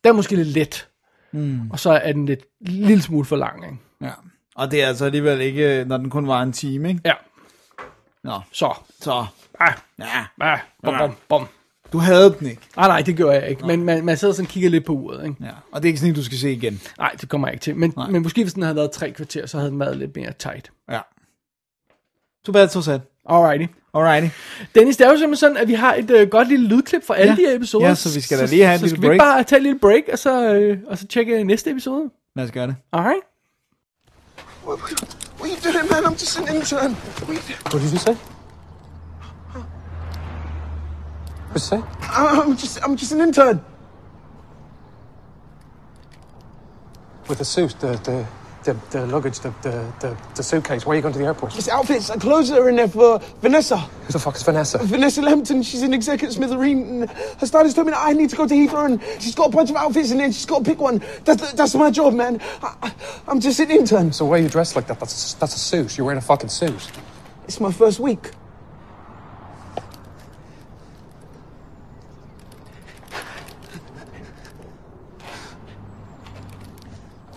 B: der er måske lidt let, mm. og så er den lidt, lille smule for lang, ikke?
C: Ja. Og det er altså alligevel ikke, når den kun var en time, ikke?
B: Ja,
C: Nå,
B: så,
C: så.
B: ah,
C: Ja,
B: ah, bom, bom, bom.
C: du havde den ikke.
B: Ah, nej, det gør jeg ikke, men man, man sidder sådan og kigger lidt på uret, ikke?
C: Ja. Og det er ikke sådan en, du skal se igen.
B: Nej, det kommer jeg ikke til, men,
C: Nej.
B: men måske hvis den havde været tre kvarter, så havde den været lidt mere tight.
C: Ja. Too bad, so sad.
B: Alrighty.
C: Alrighty.
B: Dennis, det er jo simpelthen sådan, at vi har et øh, godt lille lydklip fra alle
C: Ja.
B: de her episoder.
C: Ja, så vi skal da lige have en
B: så,
C: lille
B: skal vi
C: break.
B: ikke bare tage en lille break, og så, øh, og så tjekke næste episode?
C: Lad os gøre det.
B: Alright.
G: What, what, what are you doing, man? I'm just an intern. What, are you doing?
D: What did you say? What's that?
G: I'm just, I'm just an intern.
D: With the suit, the the the, the luggage, the, the the the suitcase. Why are you going to the airport?
G: It's outfits and clothes that are in there for Vanessa.
D: Who the fuck is Vanessa?
G: Vanessa Lambton, she's an exec at Smithereen. and Her stylist told me that I need to go to Heathrow and she's got a bunch of outfits in there and she's got to pick one. That's, that's my job, man. I, I- I'm just an intern.
D: So why are you dressed like that? That's that's a suit. You're wearing a fucking suit.
G: It's my first week.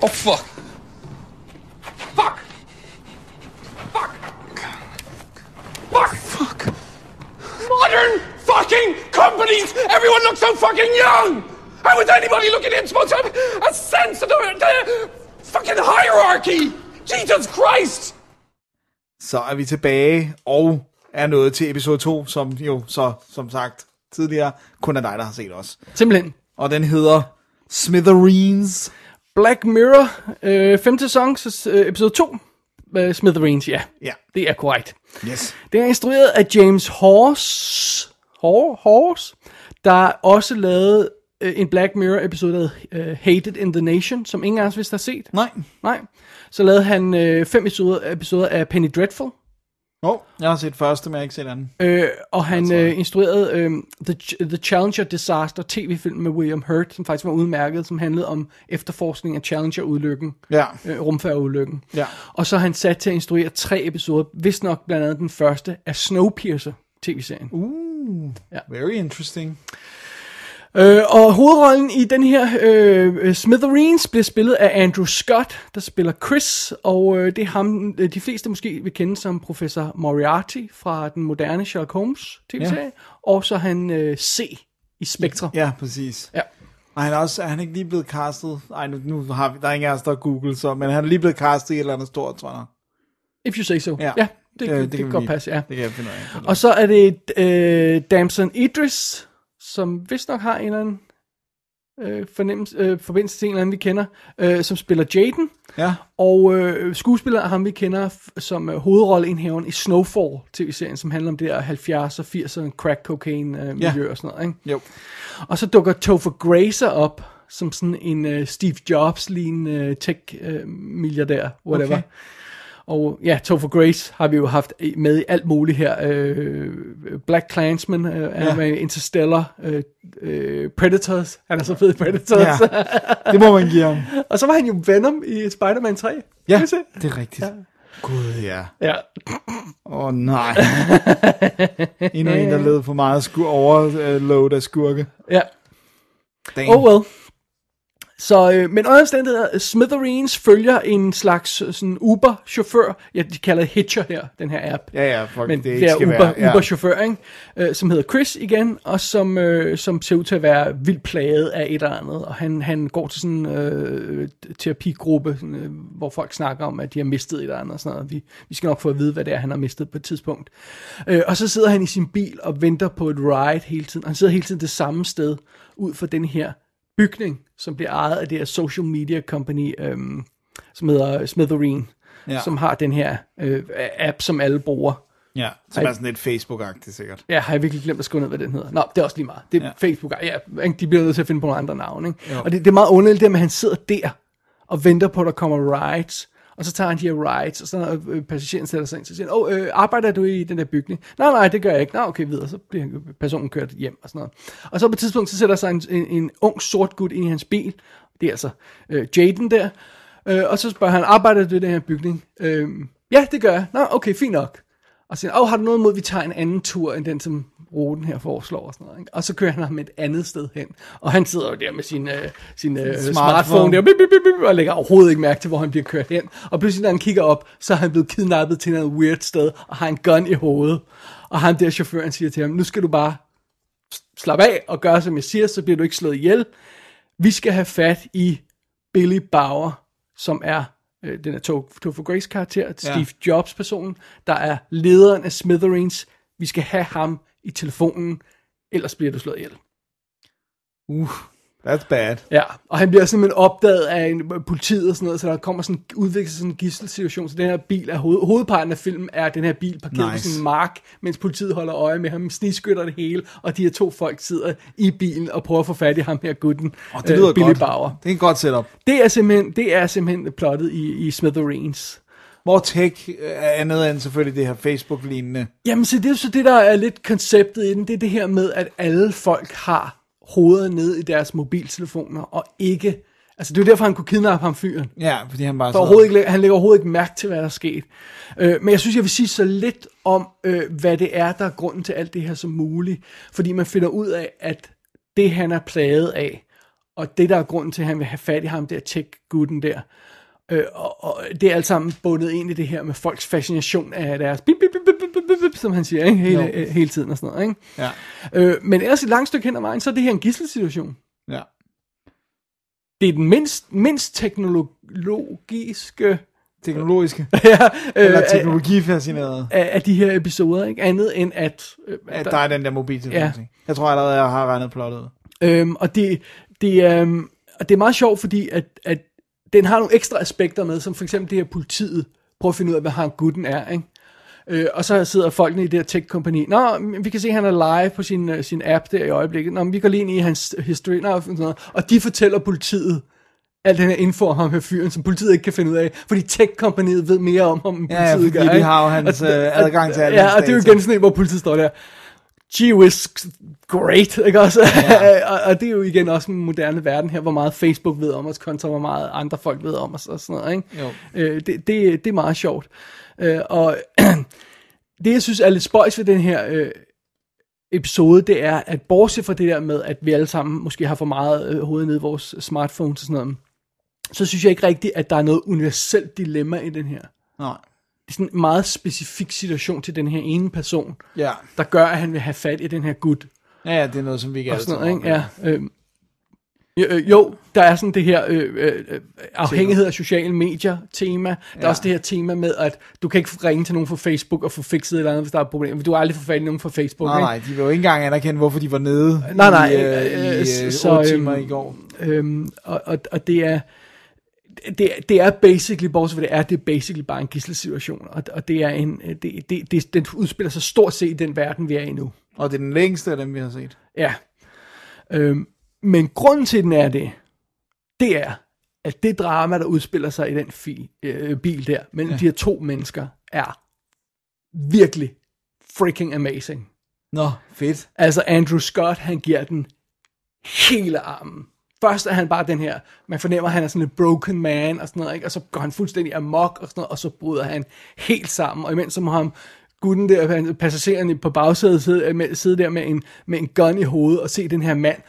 D: Oh fuck! Fuck! Fuck! Fuck! Fuck! Modern fucking companies! Everyone looks so fucking young! How is anybody looking in supposed to have a sense of the, the fucking hierarchy? Jesus Christ!
C: Så er vi tilbage, og er nået til episode 2, som jo så, som sagt, tidligere kun er dig, der har set os.
B: Simpelthen.
C: Og den hedder Smithereens.
B: Black Mirror, øh, femte sæson, så, øh, episode 2. Øh, Smithereens, ja.
C: Ja.
B: Det er korrekt.
C: Yes.
B: Det er instrueret af James Horse, Hor, Horse der også lavede øh, en Black Mirror episode, der hedder øh, Hated in the Nation, som ingen af os vist har set.
C: Nej.
B: Nej. Så lavede han øh, fem episoder, episoder af Penny Dreadful,
C: Åh, oh, jeg har set første, men jeg har ikke set anden.
B: Øh, og han øh, instruerede øh, The, Ch- The Challenger Disaster tv-film med William Hurt, som faktisk var udmærket, som handlede om efterforskning af Challenger-ulykken,
C: Ja.
B: øh, rumfærgeulykken.
C: Ja.
B: Og så er han sat til at instruere tre episoder, hvis nok blandt andet den første af Snowpiercer tv-serien. Uh.
C: Very interesting.
B: Øh, og hovedrollen i den her øh, øh, Smithereens bliver spillet af Andrew Scott, der spiller Chris, og øh, det er ham, øh, de fleste måske vil kende som professor Moriarty fra den moderne Sherlock Holmes tv-serie,
C: Ja.
B: og så er han øh, C i Spectre.
C: Ja, præcis.
B: Ja.
C: Og han er, også, er han ikke lige blevet castet? Ej, nu, nu har vi, der er ingen af os, der har Google, så, men han er lige blevet castet i et eller andet stort, tror jeg.
B: If you say so. Ja, ja det, det, det, det
C: vi
B: kan godt
C: lige-
B: passe, ja.
C: Det kan jeg finde ud af.
B: Og så er det øh, Damson Idris, som vist nok har en eller anden øh, fornemmelse, øh, forbindelse til en eller anden, vi kender, øh, som spiller Jaden.
C: Ja,
B: Og øh, skuespiller er ham, vi kender f- som øh, hovedrolleindhaveren i Snowfall tv-serien, som handler om det der 70'er, 80'er, crack cocaine øh, miljø
C: Ja.
B: og sådan noget. Ikke?
C: jo.
B: Og så dukker Topher Grazer op som sådan en øh, Steve Jobs-lignende øh, tech-milliardær, whatever.
C: Okay.
B: Okay. Og ja, Topher Grace har vi jo haft i- med i alt muligt her. Øh, Black Klansman øh, er
C: Ja.
B: med i Interstellar, øh, øh, Predators, han er så fed i Predators.
C: Ja.
B: Ja.
C: Det må man give ham.
B: og så var han jo Venom i Spider-Man 3.
C: Ja,
B: Kan du se?
C: det er rigtigt. Gud, ja.
B: Ja.
C: Åh, oh,
B: (laughs)
C: nej. Endnu en, der led for meget sku- overload af skurke.
B: ja.
C: Damn.
B: Oh well. Så, øh, men under omstændigheder, Smithereens følger en slags øh, sådan Uber-chauffør. Ja, de kalder det Hitcher her, den her app.
C: Ja, ja, fuck,
B: men
C: det
B: det
C: ikke
B: er
C: skal
B: Uber,
C: være. Ja.
B: Uber-chauffør, ikke? Øh, som hedder Chris igen, og som, øh, som ser ud til at være vildt plaget af et eller andet. Og han, han går til sådan en øh, terapigruppe, sådan, øh, hvor folk snakker om, at de har mistet et eller andet. Og sådan noget. Vi, vi skal nok få at vide, hvad det er, han har mistet på et tidspunkt. Øh, og så sidder han i sin bil og venter på et ride hele tiden. Og han sidder hele tiden det samme sted ud for den her bygning, som bliver ejet af det her social media company, øh, som hedder Smithereen.
C: Ja.
B: Ja. som har den her øh, app, som alle bruger.
C: Ja, som er sådan lidt Facebook-agtigt sikkert.
B: Ja, har jeg virkelig glemt at skrive ned, hvad den hedder? Nå, det er også lige meget. Det er
C: Ja.
B: ja. Facebook. Ja, ikke? de bliver nødt til at finde på nogle andre navne. Ikke? Og det, det er meget underligt, det med, at han sidder der og venter på, at der kommer rides. Og så tager han de her rides, og så når øh, passageren sætter sig ind, så siger han, åh, øh, arbejder du i den der bygning? Nej, nej, det gør jeg ikke. Nå, okay, videre. Så bliver han- personen kørt hjem og sådan noget. Og så på et tidspunkt, så sætter sig en, en, en ung sort gut ind i hans bil. Det er altså øh, Jaden der. Øh, og så spørger han, arbejder du i den her bygning? Øh, ja, det gør jeg. Nå, okay, fint nok. Og så siger han, åh, har du noget imod, at vi tager en anden tur, end den, som ruten her foreslår og sådan noget. Ikke? Og så kører han ham et andet sted hen. Og han sidder jo der med sin, øh, sin øh, smartphone.
C: smartphone.
B: smartphone der, bip, bip, bip, bip, og lægger overhovedet ikke mærke til, hvor han bliver kørt hen. Og pludselig, når han kigger op, så er han blevet kidnappet til noget weird sted, og har en gun i hovedet. Og ham der chaufføren siger til ham, nu skal du bare slappe af og gøre, som jeg siger, så bliver du ikke slået ihjel. Vi skal have fat i Billy Bauer, som er øh, den er Topher Grace karakter, Steve Jobs personen, der er lederen af Smithereens. Vi skal have ham i telefonen, ellers bliver du slået ihjel.
C: Uh, that's bad.
B: Ja, og han bliver simpelthen opdaget af en, politiet og sådan noget, så der kommer sådan, udvikler sig sådan en gisselsituation, så den her bil er hoved, hovedparten af filmen er den her bil parkeret nice.
C: Nice.
B: på sådan en mark, mens politiet holder øje med ham, snigskytter det hele, og de her to folk sidder i bilen og prøver at få fat i ham her gutten, øh,
C: Og det lyder
B: Billy
C: godt.
B: Bauer.
C: Det er et godt setup.
B: Det er simpelthen, det er simpelthen plottet i, i Smithereens.
C: Hvor tech øh, er andet end selvfølgelig det her Facebook-lignende.
B: Jamen, så det er så det, der er lidt konceptet i den. Det er det her med, at alle folk har hovedet ned i deres mobiltelefoner, og ikke... Altså, det er jo derfor, han kunne kidnappe ham fyren.
C: Ja, fordi han bare
B: Der er overhovedet ikke, læ- han lægger overhovedet ikke mærke til, hvad der er sket. Øh, men jeg synes, jeg vil sige så lidt om, øh, hvad det er, der er grunden til alt det her som muligt. Fordi man finder ud af, at det, han er plaget af, og det, der er grunden til, at han vil have fat i ham der, tech-gutten der, øh, og, og det er alt sammen bundet ind i det her med folks fascination af deres bip, bip, bip, bip, bip, bip, bip, som han siger, ikke? Hele,
C: Jo.
B: øh, hele tiden og sådan noget. Ikke?
C: Ja.
B: Øh, men ellers et langt stykke hen ad vejen, så er det her en gisselsituation
C: Ja.
B: det er den mindst, mindst teknologiske
C: Teknologiske.
B: (laughs) ja,
C: (laughs)
B: øh,
C: Eller
B: af,
C: teknologifascinerede.
B: af, af de her episoder, ikke? Andet end at... Øh,
C: At
B: der-
C: der er den der mobiltelefon
B: Ja.
C: ting. Jeg tror allerede, jeg har regnet plottet. ud.
B: Øhm, og, det, det, øhm, og det er meget sjovt, fordi at, at den har nogle ekstra aspekter med, som for eksempel det her politiet prøver at finde ud af, hvad han gutten er, ikke? Øh, og så sidder folkene i det her tech-kompani. Nå, men vi kan se, at han er live på sin, øh, sin app der i øjeblikket. Nå, men vi går lige ind i hans history. Nå, sådan noget. Og de fortæller politiet, al den her info om ham her fyren, som politiet ikke kan finde ud af, fordi tech-kompaniet ved mere om ham, end
C: Ja, ja,
B: politiet
C: fordi
B: gør.
C: de
B: ikke?
C: har jo hans,
B: Og-
C: øh,
B: og-
C: adgang til alle
B: Ja,
C: hans
B: og det er jo
C: data.
B: igen sådan en, hvor politiet står der, gee whiz, great, ikke også? Ja. (laughs) og, og det er jo igen også en moderne verden her, hvor meget Facebook ved om os, kontra hvor meget andre folk ved om os og sådan noget, ikke?
C: Jo.
B: Øh, det, det, det er meget sjovt. Øh, og det, jeg synes er lidt spøjs ved den her øh, episode, det er, at bortset fra det der med, at vi alle sammen måske har for meget øh, hovedet nede i vores smartphones og sådan noget, så synes jeg ikke rigtigt, at der er noget universelt dilemma i den her.
C: Nej.
B: Det er sådan en meget specifik situation til den her ene person,
C: Ja.
B: der gør, at han vil have fat i den her gut.
C: ja, ja, det er noget, som vi ikke
B: Og
C: alle
B: sådan
C: sammen
B: noget, ikke?
C: oplever.
B: Ja, øh, jo, øh, jo, der er sådan det her øh, øh, øh, afhængighed af sociale medier tema. Der er også det her tema med, at du kan ikke ringe til nogen fra Facebook og få fikset et eller andet, hvis der er et problem. Du har aldrig få fat i nogen fra Facebook.
C: Nej,
B: ikke?
C: nej, de vil jo ikke engang anerkende, hvorfor de var nede
B: Nej, nej,
C: i, øh,
B: øh,
C: i øh,
B: så,
C: 8 timer
B: øhm,
C: i går.
B: Øhm, og, og, og det er det, er- det er basically, bortset fra det er, det er basically bare en gisselsituation, og, og det er en, øh, det, det, det, den udspiller sig stort set i den verden, vi er i nu.
C: Og det er den længste af dem, vi har set.
B: Ja. Øhm, men grunden til, den er det, det er, at det drama, der udspiller sig i den fi, øh, bil der, mellem ja. de her to mennesker, er virkelig freaking amazing.
C: Nå, fedt.
B: Altså Andrew Scott, han giver den hele armen. Først er han bare den her, man fornemmer, at han er sådan lidt broken man og sådan noget, ikke? og så går han fuldstændig amok og sådan noget, og så bryder han helt sammen, og imens som ham gutten der, han- passageren på bagsædet sidde, med, sidde der med en, med en gun i hovedet og se den her mand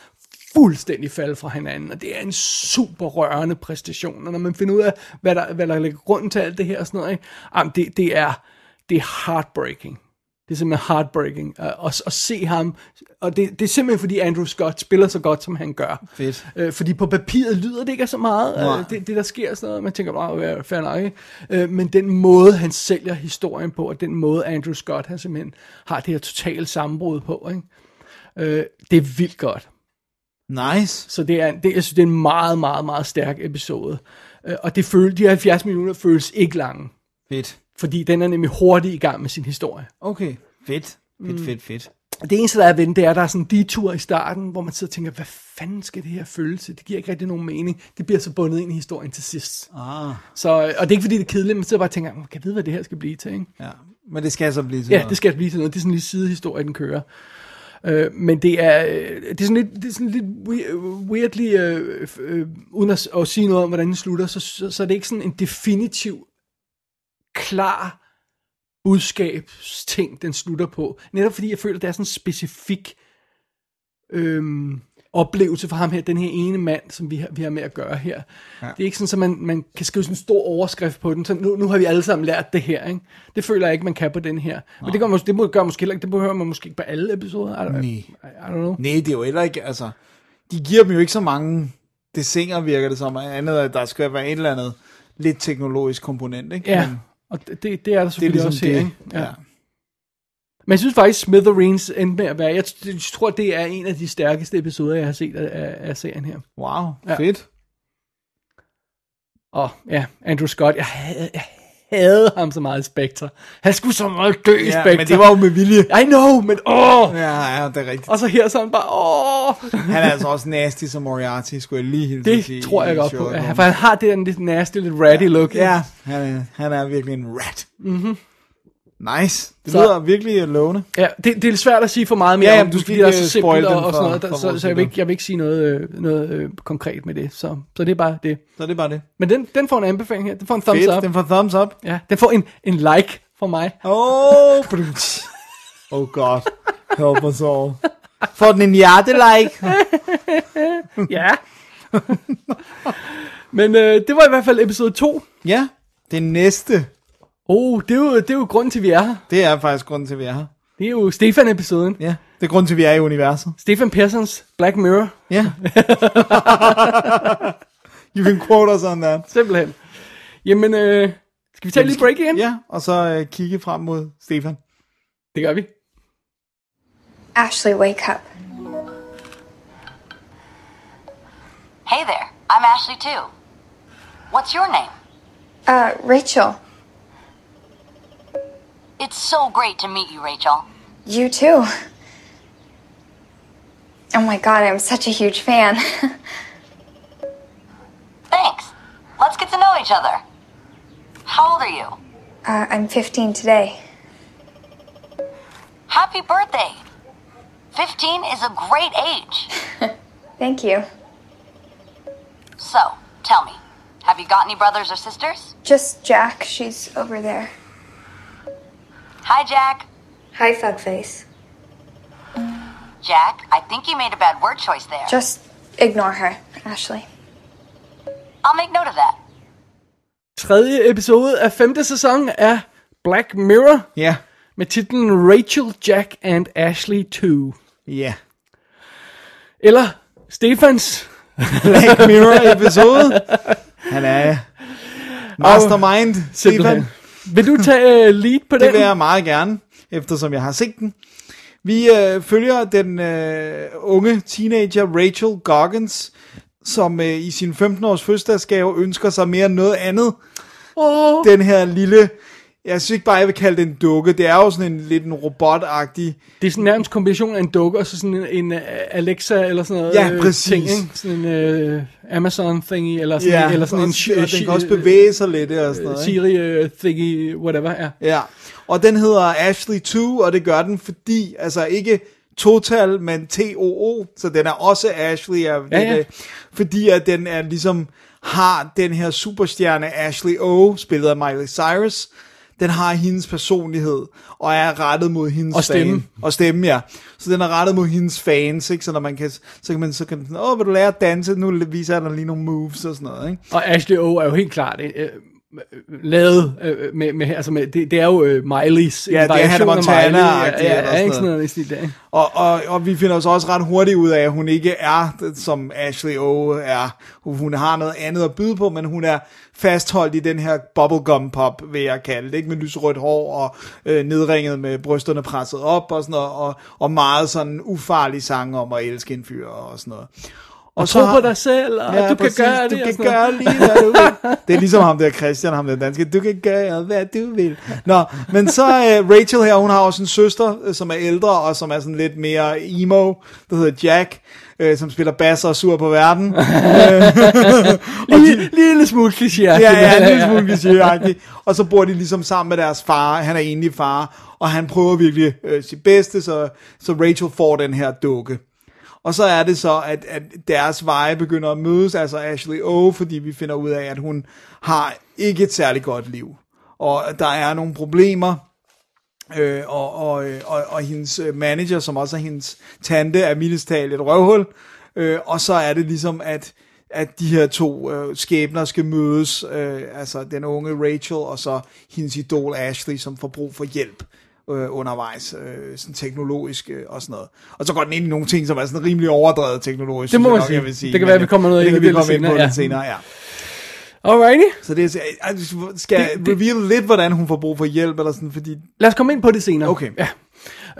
B: fuldstændig falde fra hinanden, og det er en super rørende præstation, og når man finder ud af, hvad der, hvad der ligger grunden til alt det her og sådan noget, ikke? Jamen, det, det, er, det er heartbreaking. Det er simpelthen heartbreaking at, at, at se ham. Og det, det er simpelthen fordi Andrew Scott spiller så godt, som han gør.
C: Fedt.
B: Øh, fordi på papiret lyder det ikke af så meget,
C: Nej.
B: øh, det, det der sker og sådan noget. Man tænker bare, ja, fair nok, ikke? Øh, men den måde, han sælger historien på, og den måde, Andrew Scott han simpelthen har det her totale sammenbrud på, ikke? Øh, det er vildt godt.
C: Nice.
B: Så det er, det, jeg synes, det er en meget, meget, meget stærk episode. Øh, og det føles, de 70 minutter føles ikke lange,
C: Fedt.
B: fordi den er nemlig hurtigt i gang med sin historie.
C: Okay. Mm. Fedt. Fedt, fedt, fedt.
B: det eneste, der er ved den, det er, at der er sådan en detur i starten, hvor man sidder og tænker, hvad fanden skal det her føles? Det giver ikke rigtig nogen mening. Det bliver så bundet ind i historien til sidst.
C: Ah,
B: Så, øh, og det er ikke, fordi det er kedeligt, men man sidder bare og tænker, "Åh, kan jeg vide, hvad det her skal blive til? Ikke?
C: ja. Men det skal så blive til
B: Ja,
C: noget.
B: det skal blive til noget. Det er sådan en lille sidehistorie, den kører. Øh, men det er, øh, det er sådan lidt, det er sådan lidt we- weirdly, øh, f- øh, uden at, s- at sige noget om, hvordan den slutter, så, så, så er det ikke sådan en definitiv, klar budskabsting, den slutter på. Netop fordi jeg føler, at det er sådan en specifik øhm, oplevelse for ham her, den her ene mand, som vi har, vi har med at gøre her. Ja. Det er ikke sådan, at man, man kan skrive sådan en stor overskrift på den, så nu, nu har vi alle sammen lært det her. Ikke? Det føler jeg ikke, man kan på den her. Men det gør, man, det må- gør måske heller ikke, det behøver man måske ikke på alle episoder. I,
C: Nej.
B: I, I don't know.
C: Nej, det er jo heller ikke, altså... De giver dem jo ikke så mange dessinger, virker det som, og andet, at der skal være et eller andet lidt teknologisk komponent, ikke?
B: Ja,
C: Men
B: og det, det er der
C: det er
B: selvfølgelig
C: ligesom
B: også her.
C: det.
B: Ikke? Ja. Men jeg synes faktisk, Smithereens endte med at være, jeg, t- jeg tror, det er en af de stærkeste episoder, jeg har set af, af, af serien her.
C: Wow,
B: Ja.
C: fedt.
B: Og ja, Andrew Scott, jeg havde, jeg havde ham så meget i Spectre. Han skulle så meget dø i
C: Ja,
B: Spectre.
C: men det var jo med vilje.
B: I know, men åh!
C: Ja, ja, det er rigtigt.
B: Og så her så er han bare, åh!
C: Han er altså også nasty som Moriarty, skulle jeg lige hilse at sige.
B: Det tror
C: i
B: jeg godt på.
C: Sherlock
B: Ja,
C: Holmes.
B: for han har det der lidt nasty, lidt ratty look. ikke?
C: Ja, han er, han er virkelig en rat. Mm-hmm. Nice. Det så... lyder virkelig lovende.
B: ja det, det er lidt svært at sige for meget mere
C: Ja, ja,
B: om
C: men
B: den,
C: du skal
B: fordi der er
C: ikke,
B: så
C: øh, spoil den
B: simpelt og, og sådan
C: for-
B: noget. Der,
C: for
B: så
C: vores
B: så jeg, vil
C: lyttere.
B: ikke, jeg vil ikke sige noget, øh, noget øh, konkret med det. Så, så det er bare det.
C: Så det er bare det.
B: Men den, den får en anbefaling her. Den får en thumbs
C: Fedt,
B: up.
C: den får thumbs up.
B: Ja, den får en, en like fra mig.
C: Oh, brunch. oh god. Help us all. Får den en hjerte-like?
B: Ja. Men øh, det var i hvert fald episode 2.
C: Ja, det næste,
B: Oh, det er jo, det er jo grunden til, vi er her.
C: det er faktisk grunden til, at vi er her.
B: Det er jo Stefan-episoden.
C: Ja, det er grunden til, at vi er i universet.
B: Stefan Persons Black Mirror,
C: Ja. (laughs) you can quote us on that.
B: simpelthen. Jamen, øh, skal vi tage lidt break igen?
C: Ja, og så øh, kigge frem mod Stefan.
B: Det gør vi.
H: Ashley, wake up.
I: Hey there, I'm Ashley too. What's your name?
H: Uh, Rachel,
I: It's so great to meet you, Rachel.
H: you too. (laughs) Oh my god, I'm such a huge fan.
I: Thanks. each other. How old are you?
H: Uh, I'm 15 today.
I: Happy birthday! 15 is a great age.
H: Thank you.
I: So, tell me, have you got any brothers or sisters?
H: Just Jack. She's over there.
I: Hi, Jack.
H: Hi, fuckface.
I: Jack, I think you made a bad word choice there.
H: Just ignore her, Ashley.
I: I'll make note of that.
B: Tredje episode af femte sæson af Black Mirror
C: Ja.
B: med titlen Rachel, Jack and Ashley 2.
C: Ja.
B: Eller Stefans.
C: Black Mirror episode. Han er mastermind, Stefan.
B: Simpelthen. Vil du tage øh, lead på
C: Det
B: den?
C: vil jeg meget gerne, eftersom jeg har set den. Vi øh, følger den øh, unge teenager Rachel Goggins, som øh, i sin 15-års fødselsdagsgave ønsker sig mere end noget andet.
B: Åh.
C: Den her lille, jeg synes ikke bare, jeg vil kalde det en dukke, det er jo sådan en lidt en robotagtig
B: Det er sådan nærmest kombination af en dukke og så sådan en, en øh, Alexa eller sådan noget.
C: Ja,
B: øh,
C: præcis.
B: Ting, ikke? Sådan en øh, Amazon thingy eller sådan, eller sådan
C: og,
B: en
C: og den kan også
B: øh,
C: bevæge sig lidt og sådan
B: øh,
C: noget. ikke?
B: Siri øh, thingy, whatever. Ja.
C: Ja, og den hedder Ashley 2, og det gør den, fordi, altså ikke total, men TOO, så den er også Ashley, er,
B: Ja, ja.
C: Det, fordi at den er ligesom har den her superstjerne Ashley O, spillet af Miley Cyrus, den har hendes personlighed, og er rettet mod hendes
B: Og stemme.
C: fan. Og stemme, ja. Så den er rettet mod hendes fans, ikke? Så når man kan, så kan man, så kan den sådan, åh, vil du lære at danse? Nu viser jeg dig lige nogle moves og sådan noget, ikke?
B: Og Ashley O er jo helt klart øh, øh, lavet øh, med, med, altså med, det, det er jo øh, Miley's en
C: Ja, det er
B: variation
C: Hannah
B: af
C: Montana-agtigt
B: Miley, ja,
C: eller
B: ja,
C: sådan
B: ja, ikke
C: noget.
B: sådan noget i stil der, ikke?
C: Og, og, og vi finder så også ret hurtigt ud af, at hun ikke er, det, som Ashley O er. Hun hun har noget andet at byde på, men hun er fastholdt i den her bubblegum pop, vil jeg kalde det, ikke? med lyserødt hår og øh, nedringet med brysterne presset op og sådan noget, og, og meget sådan ufarlig sang om at elske en fyr og sådan noget.
B: Og, og tro på dig selv, og ja, du præcis, kan gøre det.
C: du
B: og
C: kan
B: sådan noget.
C: gøre lige, hvad du vil. Det er ligesom ham der Christian, ham der danske, du kan gøre, hvad du vil. Nå, men så uh, Rachel her, hun har også en søster, øh, som er ældre, og som er sådan lidt mere emo, der hedder Jack, øh, som spiller bass og er sur på verden.
B: Lille, lille smule kliché.
C: ja, ja, en lille smule klichéagtigt. Og så bor de ligesom sammen med deres far, han er egentlig far, og han prøver virkelig øh, sit bedste, så, så Rachel får den her dukke. Og så er det så, at, at deres veje begynder at mødes, altså Ashley O, fordi vi finder ud af, at hun har ikke et særligt godt liv. Og der er nogle problemer, øh, og, og, øh, og, og hendes øh, manager, som også er hendes tante, er mildest talt et røvhul. Øh, og så er det ligesom, at, at de her to øh, skæbner skal mødes, øh, altså den unge Rachel og så hendes idol Ashley, som får brug for hjælp øh, undervejs, øh, sådan teknologisk øh, og sådan noget. Og så går den ind i nogle ting, som er sådan rimelig overdrevet teknologisk.
B: Det må
C: synes jeg nok,
B: man sige.
C: jeg vil sige.
B: Det kan
C: Men,
B: være, vi
C: øh,
B: kommer noget
C: det
B: ind
C: kan vi
B: i det
C: komme ind på
B: senere,
C: lidt
B: ja.
C: senere, ja.
B: Alrighty.
C: Så det er, øh, skal jeg
B: Det- det-
C: reveal lidt, hvordan hun får brug for hjælp, eller sådan, fordi...
B: Lad os komme ind på det senere.
C: Okay.
B: Ja.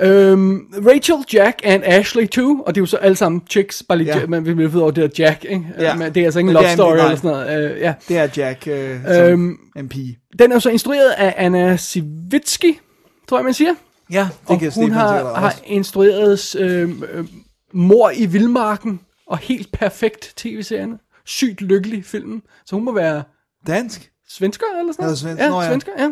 B: Øhm, Rachel, Jack and Ashley 2, og det er jo så alle sammen chicks, bare lige,
C: Ja.
B: ja. man vil blive ved over det er Jack, ikke?
C: Ja.
B: Ja. Men det er altså ikke
C: Men
B: en love
C: det er en-
B: story
C: nej.
B: eller sådan noget. Øh, ja.
C: Det er Jack øh, som øhm,
B: Øhm,
C: MP.
B: Den er jo så instrueret af Anna Sivitsky, tror jeg man siger.
C: Ja, det
B: Og
C: kan
B: hun
C: Stefan sikkert
B: har,
C: også.
B: har instrueret øh, øh, Mor i Vildmarken og Helt Perfekt tv-serien. Sygt lykkelig filmen. Så hun må være
C: Dansk?
B: svensker eller sådan
C: Eller svensk,
B: noget.
C: nå ja.
B: ja, svensker, ja.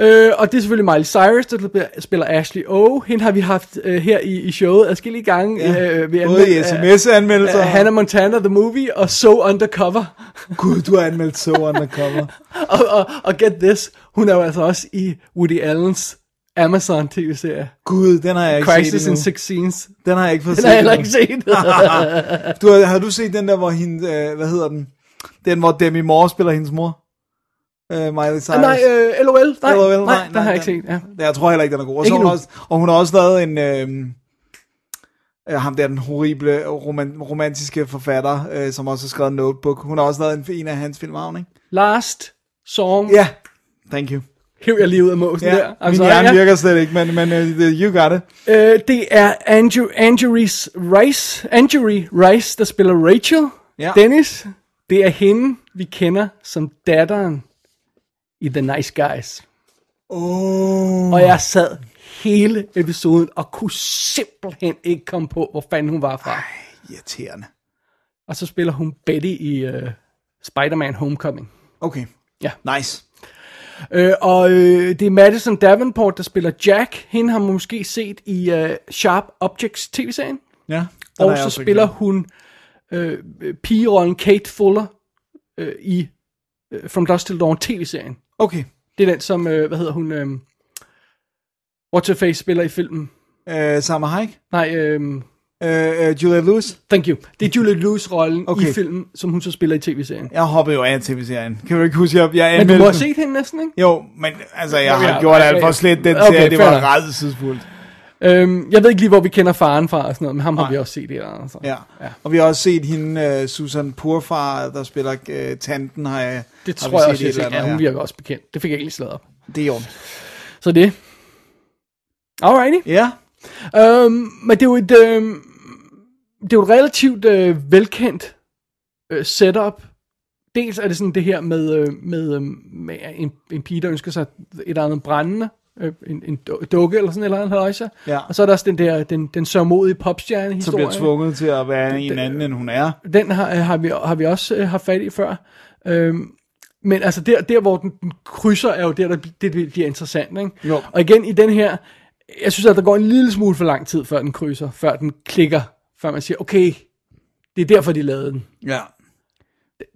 B: Øh, og det er selvfølgelig Miley Cyrus, der spiller Ashley O. Hende har vi haft øh, her i, i showet adskillige gange.
C: Ja.
B: Øh, ved
C: Både i
B: anmelde- øh,
C: sms-anmeldelser.
B: øh, Hannah Montana, The Movie, og So Undercover. (laughs)
C: Gud, du har anmeldt So Undercover.
B: og, og, og get this, hun er jo altså også i Woody Allens Amazon tv-serie.
C: Gud, den har jeg ikke
B: Crisis
C: set
B: in
C: endnu.
B: Six Scenes.
C: Den har jeg ikke fået
B: Den
C: set
B: har jeg heller
C: endnu.
B: ikke set.
C: (laughs) Du, har, har du set den der, hvor hende, øh, hvad hedder den? Den, hvor Demi Moore spiller hendes mor? Øh, Miley Cyrus.
B: nej, øh, LOL. Nej,
C: LOL,
B: LOL, nej, nej, den har jeg ikke set. Ja.
C: Jeg tror heller ikke, den er god. Og, så
B: Ikke
C: har hun
B: nu.
C: også, og hun har også lavet en... Øh, øh, ham der, den horrible roman, romantiske forfatter, øh, som også har skrevet en notebook. Hun har også lavet en, en af hans film, har hun, ikke?
B: Last song.
C: Ja, thank you.
B: Hæv jeg lige ud af måsen
C: Ja,
B: der.
C: min
B: sorry,
C: hjerne virker slet ikke, men, men uh, you got it.
B: Øh, det er Andrew, Andrew's Rice, Andrew Rice, der spiller Rachel.
C: Ja.
B: Dennis, det er hende, vi kender som datteren i The Nice Guys.
C: Oh.
B: Og jeg sad hele episoden og kunne simpelthen ikke komme på, hvor fanden hun var fra.
C: Irriterende.
B: Og så spiller hun Betty i uh, øh, Spider-Man Homecoming.
C: Okay.
B: Ja.
C: Nice.
B: Øh, og øh, det er Madison Davenport, der spiller Jack. Hende har man måske set i øh, Sharp Objects tv-serien.
C: Ja. den har
B: Og
C: jeg
B: så
C: også
B: spiller
C: ikke
B: hun øh, øh, pigerollen Kate Fuller øh, i øh, From Dusk Till Dawn tv-serien.
C: set. Okay.
B: Det er den, som, øh, hvad hedder hun, øh, What's Her Face spiller i filmen.
C: Øh, Salma Hayek?
B: Nej, øh,
C: Øh, øh, Julia Lewis?
B: thank you. Det er Julie Lewis-rollen okay.
C: Okay.
B: i filmen, som hun så spiller i tv-serien.
C: Jeg hoppede jo af tv-serien. Kan du ikke huske, jeg, jeg
B: Men du
C: anmeldte
B: må have
C: den.
B: set hende næsten, ikke?
C: Jo, men altså, jeg
B: Nå,
C: har
B: ja,
C: gjort alt
B: okay.
C: for slet den
B: Okay,
C: okay, serie. Det
B: fair
C: var
B: nok.
C: redselsfuldt.
B: Øhm, jeg ved ikke lige, hvor vi kender faren fra og sådan noget, men ham har vi også set i et eller andet. Så.
C: Ja. ja. Og vi har også set hende, uh, Susan Purfar, der spiller uh, tanten. Har, jeg- har vi
B: Det tror jeg
C: set
B: også,
C: et eller
B: jeg set. Ja,
C: andet,
B: hun virker også bekendt. Det fik jeg ikke lige slået op.
C: Det er jo.
B: Så det. Alrighty.
C: Ja.
B: Øhm, men det er jo et, øhm, det er jo et relativt øh, velkendt øh, setup. Dels er det sådan det her med, øh, med, øh, med en, en pige, der ønsker sig et eller andet brændende. Øh, en, en du- dukke eller sådan et eller andet halløjsa.
C: Ja.
B: Og så er der også den der, den, den sørmodige popstjerne historie.
C: Så bliver tvunget til at være en anden, end hun er.
B: den har, øh, har, vi, har vi også øh, haft fat i før. Øhm, men altså der, der hvor den, den krydser, er jo der, der bl- det, det bliver interessant. Ikke?
C: Jo.
B: Og igen i den her, jeg synes, at der går en lille smule for lang tid, før den krydser, før den klikker, før man siger, okay, det er derfor, de lavede den.
C: Ja.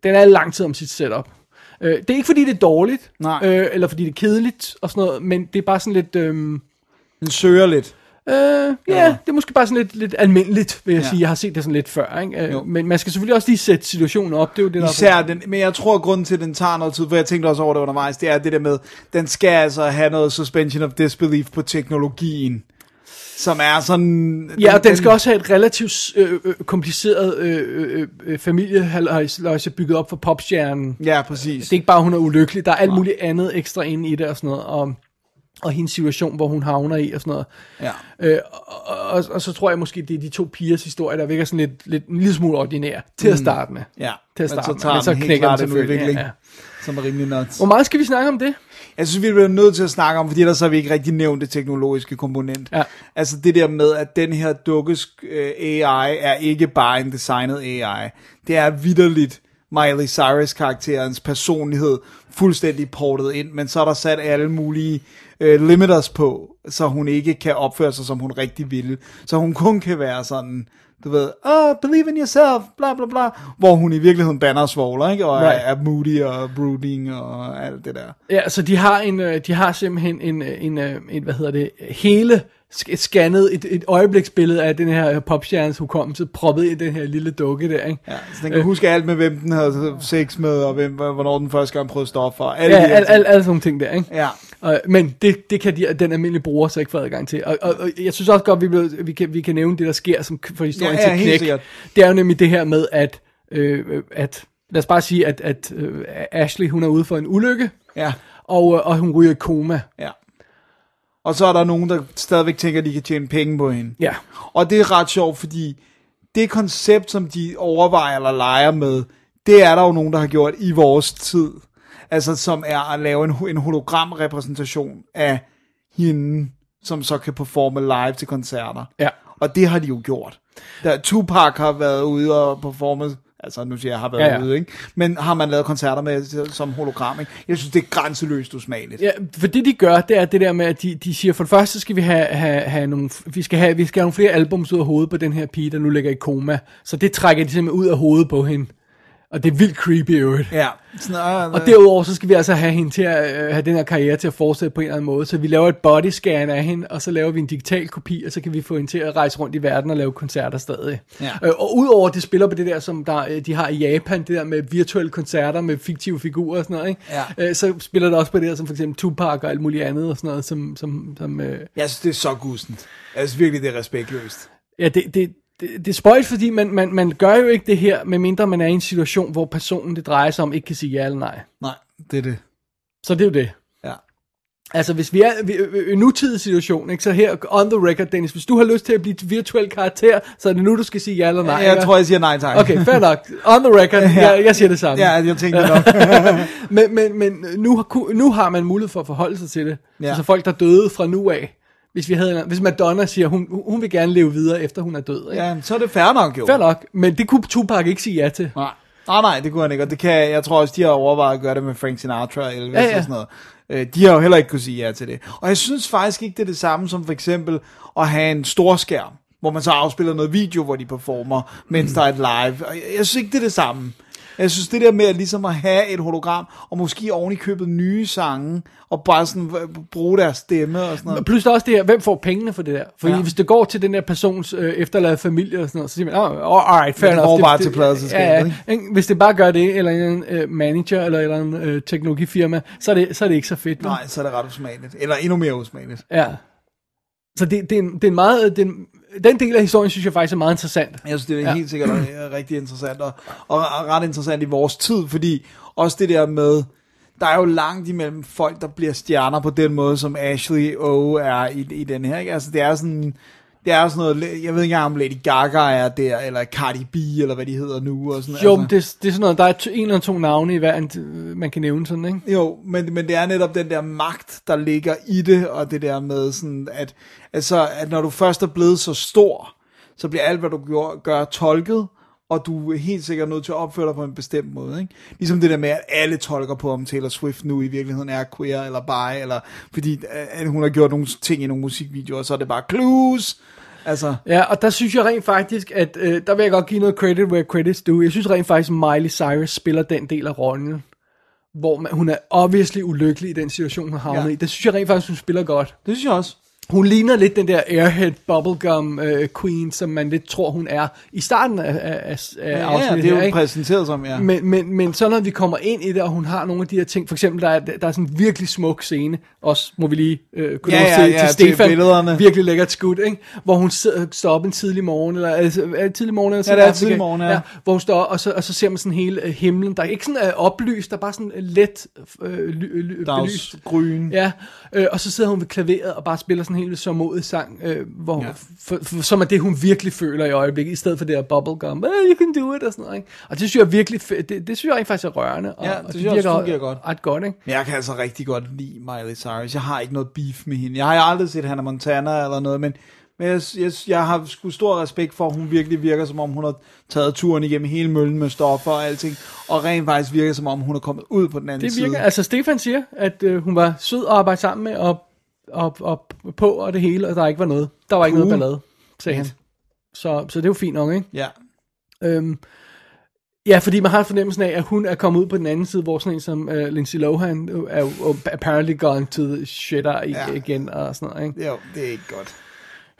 B: Den er lang tid om sit setup. Øh, det er ikke, fordi det er dårligt,
C: Nej.
B: Øh, eller fordi det er kedeligt og sådan noget, men det er bare sådan lidt... øhm,
C: Hun søger lidt.
B: Øh, ja, yeah, det er måske bare sådan lidt, lidt almindeligt, vil jeg ja.
C: Ja.
B: sige. Jeg har set det sådan lidt før, ikke?
C: Jo.
B: Øh, men man skal selvfølgelig også lige sætte situationen op. Det er jo det, der er-
C: Især den, men jeg tror, at grunden til, at den tager noget tid, for jeg tænkte også over det undervejs, det er det der med, den skal altså have noget suspension of disbelief på teknologien, som er sådan...
B: Ja, og den skal også have et relativt øh, øh, kompliceret øh, øh, øh, familiehaløjse bygget op for popstjernen.
C: Ja, præcis.
B: Det er ikke bare, hun er ulykkelig. Der er alt muligt andet ekstra inde i det og sådan noget. Og, og hendes situation, hvor hun havner i og sådan noget.
C: Ja.
B: Øh, og, og, og så tror jeg måske, det er de to pigers historie, der virker sådan lidt, lidt en lille smule ordinær til at starte med.
C: Mm. Ja,
B: til
C: men
B: at starte
C: så
B: med.
C: tager
B: Men så
C: den helt
B: knækker den
C: klart en
B: selvfølgelig.
C: udvikling.
B: Ja, ja.
C: som er rimelig nuts.
B: Hvor meget skal vi snakke om det?
C: Jeg synes, vi bliver nødt til at snakke om, fordi ellers har vi ikke rigtig nævnt det teknologiske komponent.
B: Ja.
C: Altså det der med, at den her dukkes øh, AI er ikke bare en designet AI. Det er vidderligt Miley Cyrus-karakterens personlighed fuldstændig portet ind, men så er der sat alle mulige øh, limiters på, så hun ikke kan opføre sig, som hun rigtig ville. Så hun kun kan være sådan, du ved, oh, believe in yourself, bla bla bla, hvor hun i virkeligheden banner og svogler, ikke? Og
B: Right.
C: right. er, er moody og brooding og alt det der.
B: Ja, så de har en, øh, de har simpelthen en, øh, en, øh, en hvad hedder det, hele sk- scannet et, et øjebliksbillede af den her øh, popstjernes hukommelse, proppet i den her lille dukke der, ikke?
C: Ja, så
B: Øh.
C: den kan huske alt med, hvem den havde sex med, og hvem, hvornår den første gang prøvede stoffer, og alle
B: Øh, Ja,
C: de her
B: alle al,
C: ting.
B: al, alle sådan nogle ting der, ikke?
C: Ja.
B: Og, men det, det kan de, den almindelige bruger så ikke få adgang til. Og, og, og jeg synes også godt, vi, blev, vi, kan, vi kan nævne det, der sker som for historien
C: Ja, ja,
B: til
C: helt
B: knæk.
C: sikkert.
B: Det er jo nemlig det her med, at, øh, øh, at lad os bare sige, at, at øh, Ashley, hun er ude for en ulykke,
C: ja,
B: og, øh, og hun ryger i koma.
C: ja. Og så er der nogen, der stadigvæk tænker, at de kan tjene penge på hende.
B: Ja.
C: Og det er ret sjovt, fordi det koncept, som de overvejer eller leger med, det er der jo nogen, der har gjort i vores tid. Altså, som er at lave en, ho- en hologramrepræsentation af hende, som så kan performe live til koncerter.
B: Ja.
C: Og det har de jo gjort. Der, Tupac har været ude og performet, altså nu siger jeg, har været
B: Ja,
C: ja,
B: ja.
C: ja. ude, ikke? Men har man lavet koncerter med som hologram, ikke? Jeg synes, det er grænseløst usmageligt.
B: Ja, for det de gør, det er det der med, at de, de siger, for det første skal vi have, have, have nogle, vi skal have, vi skal have nogle flere albums ud af hovedet på den her pige, der nu ligger i koma. Så det trækker de simpelthen ud af hovedet på hende. Og det er vildt creepy i øvrigt.
C: Ja. Sådan,
B: Og derudover, så skal vi altså have, hende til at, øh, have den her karriere til at fortsætte på en eller anden måde. Så vi laver et bodyscan af hende, og så laver vi en digital kopi, og så kan vi få hende til at rejse rundt i verden og lave koncerter stadig.
C: Ja.
B: Øh, og udover det spiller på det der, som der, øh, de har i Japan, det der med virtuelle koncerter med fiktive figurer og sådan noget, ikke?
C: Ja.
B: Øh, så spiller det også på det der, som for eksempel Tupac og alt muligt andet og sådan noget, som... som, som øh,
C: Jeg synes, det er så gussent. Jeg synes virkelig, det er respektløst.
B: ja, det, det, det, det er spøjt, fordi man, man, man gør jo ikke det her, medmindre man er i en situation, hvor personen, det drejer sig om, ikke kan sige ja eller nej.
C: Nej, det er det.
B: Så det er jo det.
C: Ja.
B: Altså, hvis vi er vi- i en nutidig situation, ikke, så her, on the record, Dennis, hvis du har lyst til at blive et virtuel karakter, så er det nu, du skal sige ja eller nej.
C: Nej, jeg
B: ikke?
C: tror, jeg siger nej tak.
B: Okay, fair nok. On the record, ja. jeg, jeg siger det
C: (laughs)
B: samme.
C: Ja, jeg tænkte
B: (laughs)
C: nok.
B: Men, men, men nu, har ku- nu har man mulighed for at forholde sig til det. Ja.
C: Ja.
B: Altså folk, der døde fra nu af. Hvis, vi havde, en- hvis Madonna siger, hun, hun vil gerne leve videre, efter hun er død. Ikke?
C: ja, så er det fair nok jo.
B: Fair nok, men det kunne Tupac ikke sige ja til.
C: Nej. Nej, nej, det kunne han ikke, og det kan, jeg tror også, de har overvejet at gøre det med Frank Sinatra eller
B: Ja,
C: ja,
B: ja.
C: ja. sådan noget. Øh, De har jo heller ikke kunne sige ja til det. Og jeg synes faktisk ikke, det er det samme som for eksempel at have en stor skærm, hvor man så afspiller noget video, hvor de performer, mens der er et live. Og jeg- Jeg synes ikke, det er det samme. Jeg synes, det der med at ligesom at have et hologram, og måske oven i købet nye sange, og bare sådan øh, bruge deres stemme og sådan noget.
B: Plus der er også det her, hvem får pengene for det der? Fordi ja.
C: Ja.
B: hvis det går til den der persons øh, efterladte familie og sådan noget, så siger man, oh, alright, fair
C: Men det
B: enough.
C: går bare til pladeselskabet,
B: ja, ja,
C: ikke?
B: ikke? Hvis det bare gør det, eller en eller anden, øh, manager, eller en eller anden øh, teknologifirma, så er, det, så er det ikke så fedt. vel?
C: Nej, så er det ret usmageligt. Eller endnu mere usmageligt.
B: Ja. Så det, det, er en, det er en meget... øh, Det er en, den del af historien, synes jeg faktisk er meget interessant.
C: Jeg synes, det er
B: Ja.
C: ja. helt sikkert øh, rigtig interessant, og, og ret interessant i vores tid, fordi også det der med, der er jo langt imellem folk, der bliver stjerner på den måde, som Ashley O er i, i den her. Ikke? Altså, det er sådan... Det er sådan noget, jeg ved ikke engang om Lady Gaga er der, eller Cardi B, eller hvad de hedder nu. Og sådan,
B: Jo,
C: altså.
B: men det, det er sådan noget, der er t- en eller to navne i hver, en, øh, man kan nævne sådan, ikke?
C: Jo, men, men det er netop den der magt, der ligger i det, og det der med sådan, at, altså, at når du først er blevet så stor, så bliver alt, hvad du gør, gør tolket, og du er helt sikkert nødt til at opføre dig på en bestemt måde. Ikke? Ligesom det der med, at alle tolker på, om Taylor Swift nu i virkeligheden er queer eller bi, eller fordi øh, at hun har gjort nogle ting i nogle musikvideoer, så er det bare clues. Altså,
B: Ja, og der synes jeg rent faktisk, at øh, der vil jeg godt give noget credit where credit's due. Jeg synes rent faktisk, Miley Cyrus spiller den del af rollen, hvor man, hun er obviously ulykkelig i den situation, hun havner ja.
C: Ja.
B: i. Det synes jeg rent faktisk, hun spiller godt.
C: det synes jeg også.
B: Hun ligner lidt den der airhead bubblegum øh, queen, som man lidt tror, hun er i starten af, af, af ja,
C: Ja, ja,
B: afsnittet.
C: det er jo
B: her, ikke?
C: præsenteret som, ja.
B: Men, men, men så når vi kommer ind i det, og hun har nogle af de her ting, for eksempel der er, der er sådan en virkelig smuk scene, også må vi lige øh, kunne
C: Ja,
B: nå at
C: ja,
B: se
C: ja, til
B: til Stefan,
C: billederne.
B: virkelig lækkert skud, ikke? hvor hun sidder, står op en tidlig morgen, eller altså, er det tidlig morgen? Eller sådan
C: det er
B: noget,
C: tidlig
B: Afrika?
C: morgen, ja.
B: hvor hun står op, og så, og så ser man sådan hele øh, himlen, der er ikke sådan øh, oplyst, der er bare sådan øh, let øh, ly, øh, ly, belyst.
C: Dagsgryn.
B: Ja, øh, og så sidder hun ved klaveret og bare spiller sådan en helt sørmodig sang, øh, hvor, ja.
C: Ja.
B: for, for, som er det, hun virkelig føler i øjeblikket, i stedet for det der bubblegum, eh, you can do it, og sådan noget, ikke? Og det synes jeg virkelig, fe- det, det synes jeg rent faktisk er rørende, og,
C: Ja, det
B: og
C: synes jeg også fungerer godt.
B: ret godt, ikke?
C: Men jeg kan altså rigtig godt lide Miley Cyrus. Jeg har ikke noget beef med hende. Jeg har aldrig set Hannah Montana eller noget, men, men jeg, jeg, jeg har sgu stor respekt for, at hun virkelig virker, som om hun har taget turen igennem hele møllen med stoffer og alting, og rent faktisk virker, som om hun er kommet ud på den anden
B: Det
C: side.
B: virker, altså Stefan siger, at øh, hun var sød at arbejde sammen med, og, og, og på og det hele, og der ikke var noget, der var ikke
C: Cool.
B: noget ballade, sagde han. Så, så det er jo fint nok, ikke?
C: Ja.
B: Øhm, ja, fordi man har fornemmelsen af, at hun er kommet ud på den anden side, hvor sådan en som uh, Lindsay Lohan øh, er jo apparently gone to the shitter i, ja.
C: Ja.
B: igen og sådan noget. Ikke?
C: Jo, det er ikke godt.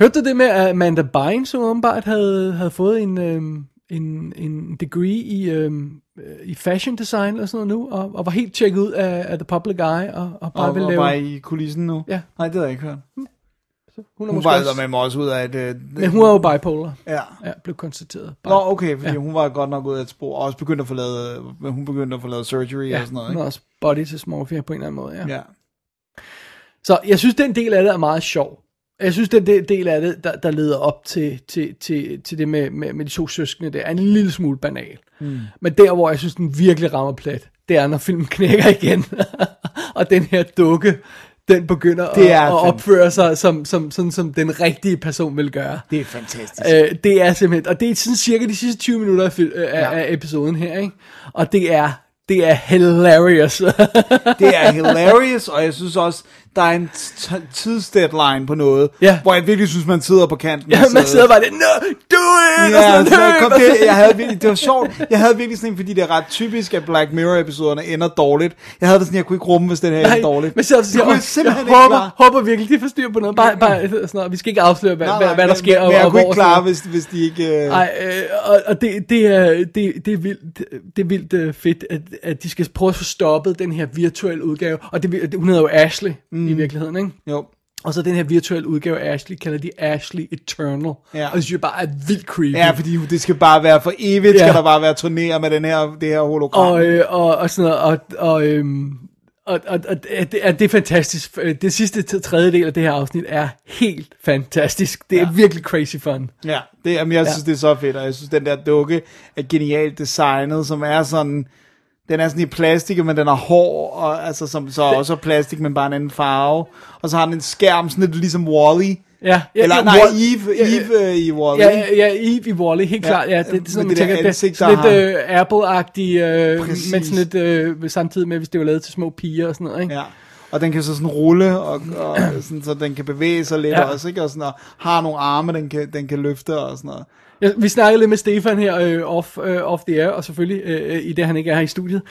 B: Hørte du det med, at Amanda Bynes som åbenbart havde, havde fået en, øhm, en, en degree i, øhm, øh, i fashion design eller sådan noget nu, og, og var helt tjekket ud af, af the public eye, og, og bare
C: Og,
B: ville
C: og
B: lave...
C: bare i kulissen nu?
B: Ja.
C: Nej, det har jeg ikke hørt.
B: hun er
C: Hun
B: måske
C: var
B: også-
C: altså med mig også ud af et... Øh,
B: Men hun er jo bipolar,
C: Ja.
B: ja, blev konstateret.
C: Nå, okay, fordi
B: Ja.
C: ja. hun var godt nok ud af et spor, og også begyndte at få lavet, men hun begyndte at få lavet surgery
B: ja,
C: og sådan noget,
B: hun
C: ikke?
B: er også body dysmorphia på en eller anden måde, ja.
C: Ja.
B: Så jeg synes, den del af det er meget sjov. Jeg synes, den del del af det, der, der leder op til, til, til, til det med, med, med de to søskende, det er en lille smule banal. Mm. Men der, hvor jeg synes, den virkelig rammer plet, det er, når filmen knækker igen. (laughs) og den her dukke, den begynder
C: Det er
B: at, at
C: fandme-
B: opføre sig, som, som, sådan, som den rigtige person vil gøre.
C: Det er fantastisk.
B: Øh, det er simpelthen, og det er sådan cirka de sidste 20 minutter af, fil- øh, af, ja. af episoden her, ikke? Og det er, det er hilarious. (laughs)
C: Det er hilarious, og jeg synes også, der er en t- tidsdeadline på noget,
B: Ja.
C: hvor jeg virkelig synes, man sidder på kanten.
B: ja,
C: af
B: man
C: sædet.
B: sidder bare lidt, no, do it! (laughs) og
C: Ja,
B: sådan,
C: så
B: "Løb!"
C: kom det, jeg havde virkelig, det var sjovt. Jeg havde virkelig sådan en, fordi det er ret typisk, at Black Mirror-episoderne ender dårligt. Jeg havde det sådan, jeg kunne ikke rumme, hvis den her
B: Nej,
C: ender dårligt.
B: Men så er det
C: jeg
B: sådan,
C: kunne
B: jeg,
C: jeg simpelthen
B: jeg
C: ikke
B: håber,
C: klare.
B: håber virkelig, de får styr på noget. Bare, bare sådan noget. Vi skal ikke afsløre, hvad, nej, nej, hvad der
C: men-
B: sker.
C: Men,
B: og,
C: jeg kunne
B: og hvor
C: ikke
B: og
C: klare,
B: sådan
C: hvis, hvis de ikke... Øh...
B: noget. Ej, øh, og, og det, det, er, det, det er vildt, det er vildt øh, fedt, at, at de skal prøve at få stoppet den her virtuelle udgave. Og det, vil- hun hedder jo Ashley mm. i virkeligheden, ikke?
C: Jo.
B: Og så den her virtuelle udgave af Ashley, kalder de Ashley Eternal.
C: Ja.
B: Og det synes jeg bare er vildt creepy.
C: Ja, fordi det skal bare være for evigt,
B: Ja.
C: skal der bare være turnéer med den her, det her hologram.
B: og, øh, og, og sådan noget, og, og, øhm, og, og, og at det, at det er fantastisk. Øh, Det sidste t- tredjedel af det her afsnit er helt fantastisk. Det er ja. virkelig crazy fun.
C: Ja, det, jamen, jeg synes,
B: Ja.
C: det er så fedt, og jeg synes, den der dukke er genialt designet, som er sådan... Den er sådan i plastik, men den er hård, og, altså, som så også er plastik, men bare en anden farve. Og så har den en skærm, sådan lidt ligesom Wall-E.
B: Ja, ja
C: Eller
B: ja,
C: nej,
B: Wall-
C: Eve,
B: ja,
C: Eve øh, i Wall-E.
B: Ja, ja, ja, Eve i Wall-E, helt
C: Ja,
B: ja, klart. Ja, det, det, er
C: med
B: sådan, man
C: det der
B: tænker,
C: ansigt,
B: det er
C: der
B: sådan lidt øh, Apple-agtig, øh,
C: Præcis.
B: men sådan lidt, øh, samtidig med, hvis det var lavet til små piger og sådan noget, ikke?
C: Ja. Og den kan så sådan rulle, og,
B: (clears throat)
C: og sådan, så den kan bevæge sig lidt
B: Ja.
C: ja. også, ikke? Og, sådan, og har nogle arme, den kan, den kan løfte og sådan noget.
B: Ja, vi snakkede lidt med Stefan her øh, off, øh, off the air, og selvfølgelig øh, øh, i det, han ikke er her i studiet,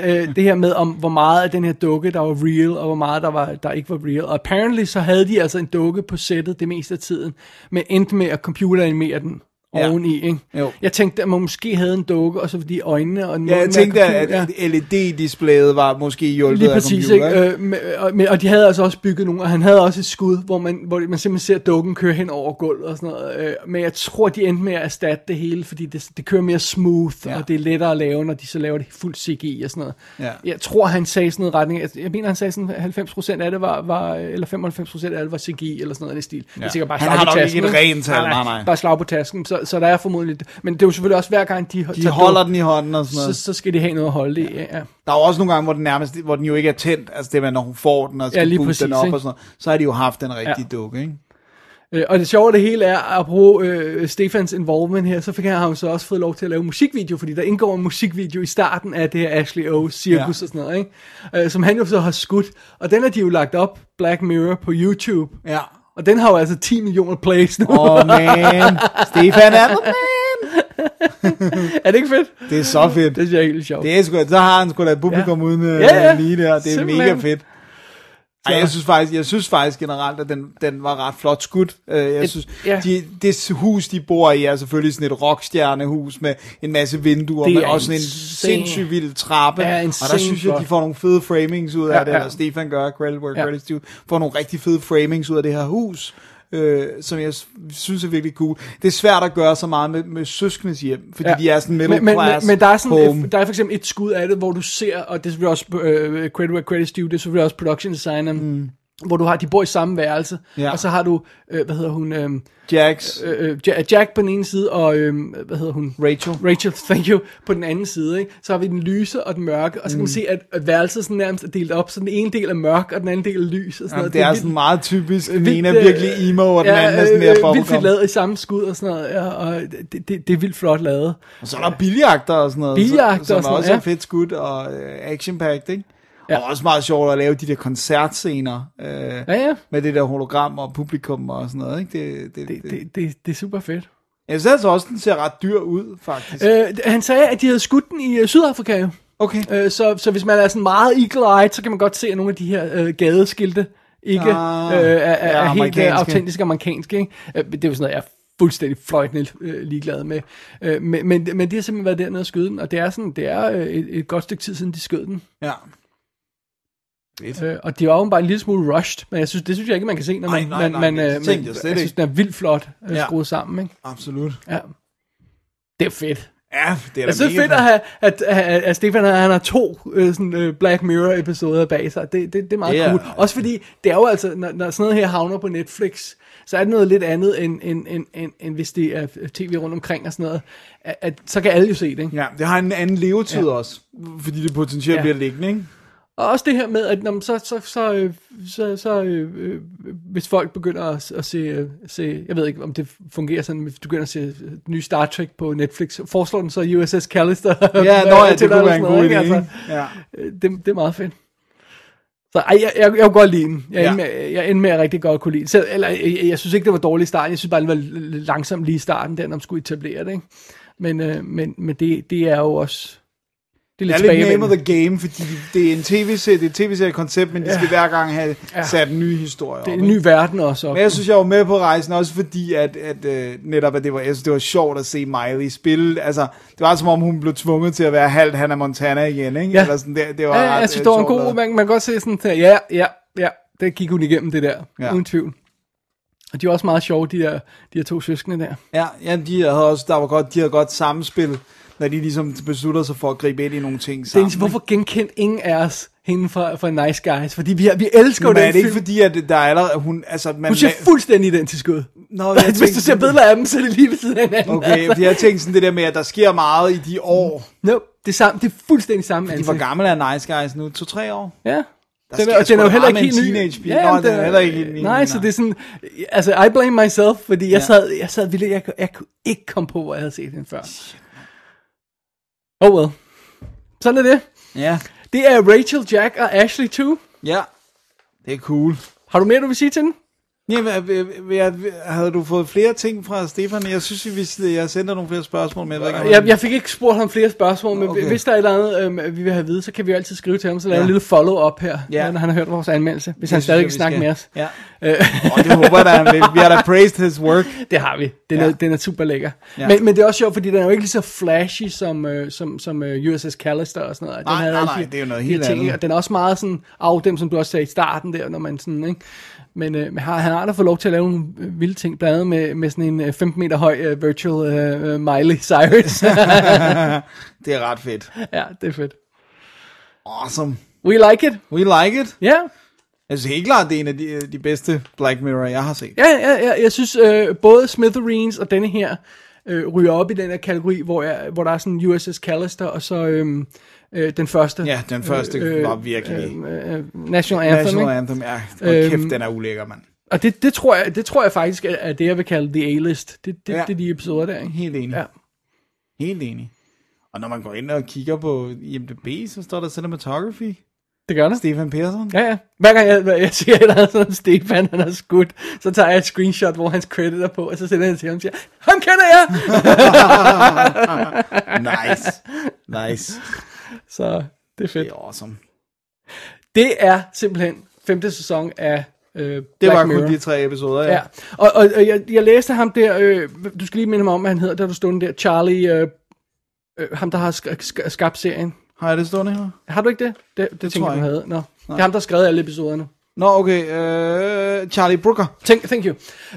C: (laughs)
B: øh, det her med, om hvor meget af den her dukke, der var real, og hvor meget, der, var, der ikke var real. Og apparently så havde de altså en dukke på sættet det meste af tiden, men endte med at computeranimere den
C: Ja.
B: oveni, ikke?
C: Jo.
B: Jeg tænkte, at man måske havde en dukke, og så fordi øjnene og
C: Ja, jeg tænkte, at,
B: ja.
C: at LED-displayet var måske hjulpet
B: Lige præcis,
C: af computer,
B: ikke? Øh, men, og, men- og de havde altså også bygget nogle, og han havde også et skud, hvor man, hvor man simpelthen ser dukken køre hen over gulvet og sådan noget. Øh, men jeg tror, de endte med at erstatte det hele, fordi det, det kører mere smooth,
C: Ja.
B: ja. og det er lettere at lave, når de så laver det fuldt CGI og sådan noget.
C: Ja.
B: Jeg tror, han sagde sådan noget i retning. Jeg, jeg mener, han sagde sådan, at 90% af det var, var eller 95% af det var CGI eller sådan noget af det stil. Ja. Det er sikkert bare
C: Han
B: slag
C: har
B: på
C: nok
B: tasken,
C: ikke et rent tal, nej, nej.
B: Bare slag på tasken, så, så der er formodentlig... Men det er jo selvfølgelig også hver gang, de,
C: De holder den i hånden og sådan noget.
B: så, så skal de have noget at holde i. Ja. Ja.
C: Der er jo også nogle gange, hvor den, nærmest, hvor den jo ikke er tændt, altså det med, når hun får den og skal
B: Ja,
C: ja,
B: lige
C: booste den
B: præcis,
C: op
B: ikke?
C: og sådan noget, så har de jo haft den rigtige ja. dukke, ikke?
B: Øh, og det sjove af det hele er, at bruge øh, Stefans involvement her, så fik han har jo så også fået lov til at lave musikvideo, fordi der indgår en musikvideo i starten af det her Ashley O. cirkus
C: Ja.
B: ja. og sådan noget, ikke? Øh, som han jo så har skudt. Og den har de jo lagt op, Black Mirror, på YouTube.
C: Ja.
B: Og den har jo altså 10 millioner plays nu.
C: Åh, oh, man. Stefan er the man.
B: (laughs) er det ikke fedt?
C: Det er så fedt.
B: Det synes jeg er helt sjovt.
C: Det er sgu, så har han sgu da et publikum ja.
B: Ja.
C: uden øh,
B: Ja, ja.
C: lige der. Det er Simpelthen.
B: Simpelthen.
C: mega fedt. Ej, jeg synes faktisk, jeg synes faktisk generelt, at den, den var ret flot skudt. Øh, Jeg
B: Et-
C: synes,
B: ja.
C: de, det hus, de bor i, er selvfølgelig sådan et rockstjernehus med en masse vinduer,
B: Det
C: men
B: er
C: også sådan en
B: insane.
C: sindssygt vild trappe.
B: Ja,
C: og der
B: insane
C: synes jeg,
B: flot.
C: de får nogle fede framings ud af
B: Ja,
C: det,
B: ja.
C: eller Stefan gør, credit where
B: Ja.
C: credit's due, får nogle rigtig fede framings ud af det her hus. Øh, som jeg s- synes er virkelig cool. Det er svært at gøre så meget med, med søskendes hjem, fordi ja. de er sådan middle
B: men, men,
C: class
B: men, men der er sådan
C: home.
B: der er for eksempel et skud af det, hvor du ser, og det er selvfølgelig også øh, credit where credit's due, det er selvfølgelig også production designeren, mm. hvor du har, de bor i samme værelse,
C: Ja.
B: og så har du, øh, hvad hedder hun, øh,
C: Jax.
B: øh, Ja- Jack på den ene side, og øh, hvad hedder hun?
C: Rachel.
B: Rachel, thank you, på den anden side. Ikke? Så har vi den lyse og den mørke,
C: Mm.
B: og så kan man se, at, at værelset sådan nærmest er delt op, så den ene del er mørk, og den anden del er lys. Og sådan
C: Jamen,
B: noget.
C: det er
B: vildt-
C: sådan meget typisk. Den
B: vildt,
C: ene er
B: øh,
C: virkelig emo, og den anden er sådan
B: øh,
C: mere
B: øh, Vildt fedt
C: bubblegum.
B: lavet i samme skud og sådan noget, ja, og det, det, det er vildt flot lavet.
C: Og så er der biljagter og sådan noget. som-
B: Biljagter
C: som
B: og sådan
C: er også
B: noget,
C: er
B: ja.
C: fedt skudt og øh, action-packed, ikke?
B: Ja.
C: Og også meget sjovt at lave de der koncertscener øh,
B: Ja, ja,
C: med det der hologram og publikum og sådan noget, ikke? Det, det, det,
B: det,
C: det.
B: det, det, det er super fedt.
C: Jeg synes altså også, den ser ret dyr ud, faktisk. Øh,
B: Øh, han sagde, at de havde skudt den i øh, Sydafrika jo.
C: okay.
B: Øh, så, så hvis man er sådan meget eagle-eyed, så kan man godt se, at nogle af de her øh, gadeskilte ikke
C: Ah,
B: ah, øh, er, er,
C: ja,
B: er helt
C: amerikanske.
B: øh, autentisk amerikanske. Ikke? Øh, det er jo sådan noget, jeg er fuldstændig fløjtende øh, ligeglad med. Øh, men, men, men de har simpelthen været dernede og skyde den, og det er, sådan, det er øh, et, et godt stykke tid siden, de skød den.
C: Ja.
B: Øh, og de var jo bare en lille smule rushed, men jeg synes, det synes jeg ikke, man kan se, når
C: Nej,
B: man...
C: nej, nej,
B: man, man,
C: det
B: øh,
C: tænkte
B: man
C: jeg slet
B: jeg synes,
C: ikke.
B: den er vildt flot øh,
C: Ja.
B: skruet sammen. Ikke?
C: Absolut.
B: Ja. Det er fedt.
C: Ja, det er da
B: Jeg synes, det
C: mega
B: er fedt at, have, at, at, at Stefan han, han har to øh, sådan, øh, Black Mirror-episoder bag sig. Det, det, det er meget
C: Det er-
B: yeah. cool. Også fordi, det er jo altså, når, når sådan noget her havner på Netflix, så er det noget lidt andet, end, end, end, end, end hvis det er tv rundt omkring og sådan noget. At, at, så kan alle jo se det, ikke?
C: Ja, det har en anden levetid ja. også, fordi det potentielt ja.
B: Ja.
C: bliver liggende, ikke?
B: Og også det her med, at når man så, så, så, øh, så, så øh, øh, hvis folk begynder at, at se, øh, se, jeg ved ikke, om det fungerer sådan, hvis du begynder at se øh, den nye Star Trek på Netflix, foreslår den så USS Callister. (laughs)
C: Ja, nå, ja,
B: til
C: det kunne
B: dig eller
C: være en
B: sådan
C: god
B: noget,
C: idé,
B: ikke?
C: ikke?
B: Altså,
C: Ja.
B: Øh, det, det er meget fedt. Så ej, jeg, jeg, jeg kunne godt lide den. Jeg,
C: Ja.
B: ja. endte med, jeg endte med at rigtig godt kunne lide den. Selv, eller, jeg, jeg synes ikke, det var dårlig i starten. Jeg synes bare, det var lidt langsomt lige i starten, den om skulle etablere det. Ikke? Men, øh, men, men det, det er jo også... Det er
C: Det
B: lidt,
C: er
B: tilbage
C: lidt name of the game, fordi det er en tv-serie, det er et tv-seriekoncept, men de skal hver gang have
B: Ja.
C: sat en ny historie
B: Det er
C: op,
B: en
C: ikke?
B: ny verden også. Op.
C: Men jeg synes, jeg var med på rejsen, også fordi, at, at øh, netop, at det var, jeg synes, det var sjovt at se Miley spille. Altså, det var som om, hun blev tvunget til at være halvt Hannah Montana igen, ikke?
B: Ja.
C: Eller sådan, det, det var
B: Ja,
C: ret,
B: jeg
C: øh,
B: synes, det var en
C: sjovt
B: god,
C: lavet.
B: man, man kan godt se sådan, at ja, ja, ja, det gik hun igennem det der,
C: Ja.
B: ja. uden tvivl. Og de er også meget sjove, de der, de der to søskende der.
C: Ja, ja de havde også, der var godt, de havde godt samspil, når de ligesom beslutter sig for at gribe ind i nogle ting sammen.
B: Dennis, hvorfor genkendte ingen af os hende fra, fra Nice Guys? Fordi vi, har, vi elsker jo
C: Men er
B: den
C: det ikke
B: film.
C: fordi, at der er allerede, hun, altså, man...
B: Hun ser
C: la-
B: fuldstændig identisk ud.
C: Nå, jeg
B: (laughs) Hvis du ser
C: tænkte-
B: billeder af dem, så er det lige ved siden af hinanden.
C: (laughs) Okay, fordi jeg tænkte sådan det der med, at der sker meget i de år.
B: Mm. No, det, er samme, det er fuldstændig samme
C: De var gamle af Nice Guys nu, 2-3 år.
B: Ja.
C: Der
B: Den
C: sker
B: er, og
C: sgu
B: den er jo
C: da
B: heller
C: meget
B: ikke
C: med en
B: helt
C: teenage-pige.
B: ny.
C: Nå, den er heller ikke helt ny,
B: Nej,
C: nej.
B: så det er sådan, altså I blame myself, fordi
C: Ja.
B: jeg sad, jeg sad vildt, jeg, kunne- jeg kunne ikke komme på, hvor jeg havde set den før. Oh well. Sådan er det.
C: Ja.
B: Det er Rachel, Jack og Ashley 2.
C: Ja. Det er cool.
B: Har du mere, du vil sige til den?
C: Jamen, havde du fået flere ting fra Stefan? Jeg synes, vi vidste, jeg sender nogle flere spørgsmål, men jeg ved ikke, om
B: Jeg, jeg fik ikke spurgt ham flere spørgsmål, men okay.
C: Okay.
B: hvis der er et eller andet, øh, vi vil have at vide, så kan vi jo altid skrive til ham, så laver ja.
C: Ja.
B: en lille follow-up her, ja.
C: Ja.
B: når han har hørt vores anmeldelse, hvis
C: Det
B: han
C: synes jeg,
B: stadig kan
C: vi
B: snakke
C: skal.
B: med os.
C: Ja.
B: Øh,
C: Åh, det håber jeg da, han vil. Vi har da praised his work.
B: Det har vi. Den, ja.
C: Ja.
B: er, den er super lækker. Ja.
C: Ja.
B: Men, men det er også sjovt, fordi den er jo ikke lige så flashy som, øh, som, som øh, USS Callister og sådan noget. Den
C: Nej, nej,
B: alle
C: nej, det er jo noget
B: de
C: helt
B: her ting,
C: andet.
B: ikke? Og den er også meget sådan af dem, som du også sagde i starten der, når man sådan, ikke? Men øh, men har, han har da fået lov til at lave nogle øh, vilde ting, blandt andet med, med sådan en øh, 15 meter høj øh, virtual øh, øh, Miley
C: (laughs)
B: Cyrus.
C: Det er ret fedt.
B: ja, det er fedt.
C: Awesome.
B: We like it.
C: We like it.
B: Ja,
C: Jeg synes helt klart, det er en af de, de bedste Black Mirror, jeg har set.
B: ja, ja, ja. Jeg synes, øh, både Smithereens og denne her øh, ryger op i den her kategori, hvor, jeg, hvor der er sådan USS Callister, og så øh, øh, den første.
C: Ja, den første
B: Øh,
C: var virkelig...
B: øh, øh, National Anthem.
C: National
B: ikke?
C: Anthem, ja. Hold
B: Øhm.
C: kæft, den er ulækker, mand.
B: Og det, det, tror jeg, det tror jeg faktisk er, er det, jeg vil kalde The A-list. Det, det, ja.
C: Ja.
B: det er de episoder der, ikke?
C: Helt enig.
B: Ja.
C: Helt enig. Og når man går ind og kigger på IMDb, så står der cinematography.
B: Det gør det.
C: Stephen Pearson.
B: Ja, ja. Hver gang jeg, jeg siger, at der er sådan en Stefan, han har skudt, så tager jeg et screenshot, hvor hans credit er på, og så sender jeg det til ham og siger, ham kender
C: (laughs)
B: jeg!
C: Nice. Nice.
B: så det er fedt.
C: Det er awesome.
B: Det er simpelthen femte sæson af øh, Black
C: Det var
B: Mirror.
C: kun de tre episoder, ja.
B: Ja, og, og, og jeg, jeg læste ham der, øh, du skal lige minde mig om, hvad han hedder, der du stod der, Charlie, øh, øh, ham der har sk- sk- skabt serien.
C: Har jeg det stående her?
B: Har du ikke det? Det, det, det
C: tror
B: tænker jeg,
C: jeg
B: du
C: ikke.
B: havde. Nå. Det er ham, der har skrevet alle episoderne.
C: Nå, okay. Øh, Charlie Brooker.
B: Thank, thank you.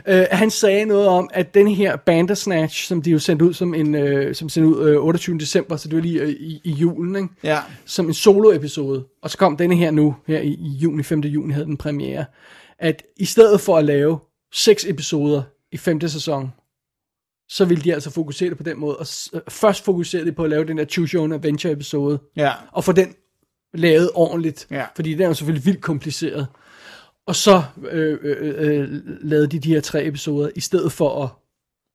B: Uh, han sagde noget om, at den her Bandersnatch, som de jo sendte ud som en, uh, som sendte ud uh, 28. december, så det var lige uh, i, i julen, ikke?
C: Ja.
B: som en solo-episode, og så kom denne her nu, her i, i juni, 5. juni havde den premiere, at i stedet for at lave seks episoder i femte sæson, så ville de altså fokusere det på den måde, og s- øh, først fokusere det på at lave den der Choose Your Own Adventure episode,
C: Ja.
B: og få den lavet ordentligt,
C: Ja.
B: fordi den er jo selvfølgelig vildt kompliceret. Og så øh, øh, øh, lavede de de her tre episoder, i stedet for at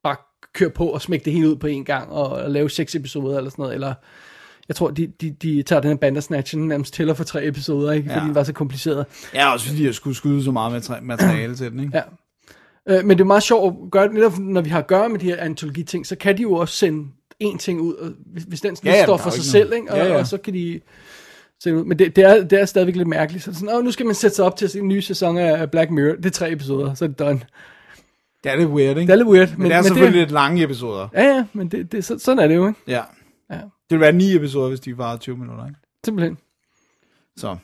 B: bare køre på og smække det hele ud på en gang, og, og lave seks episoder eller sådan noget, eller jeg tror, de, de, de tager den her Bandersnatch, den nærmest tæller for tre episoder, ikke? fordi
C: Ja.
B: den var så kompliceret.
C: Ja, også fordi jeg skulle skyde så meget mater- materiale til den, ikke?
B: Ja. Øh, men det er meget sjovt at gøre det, netop når vi har at gøre med de her antologi-ting, så kan de jo også sende én ting ud, og hvis, hvis den sådan
C: Ja, ja,
B: står
C: der er
B: for
C: jo
B: sig
C: ikke
B: selv,
C: noget.
B: ikke? Og,
C: Ja, ja.
B: og så kan de sende ud. Men det, det, er, det er stadigvæk lidt mærkeligt. Så det er sådan, Åh, nu skal man sætte sig op til at se en ny sæson af Black Mirror. Det er tre episoder, så er det done.
C: Det er lidt weird, ikke?
B: Det er lidt weird,
C: men, men det er selvfølgelig lidt lange episoder.
B: Ja, ja, men det, det, så, sådan er det jo, ikke?
C: Ja.
B: Ja.
C: Det ville være ni episoder, hvis de var 20 minutter, ikke?
B: Simpelthen.
C: Så,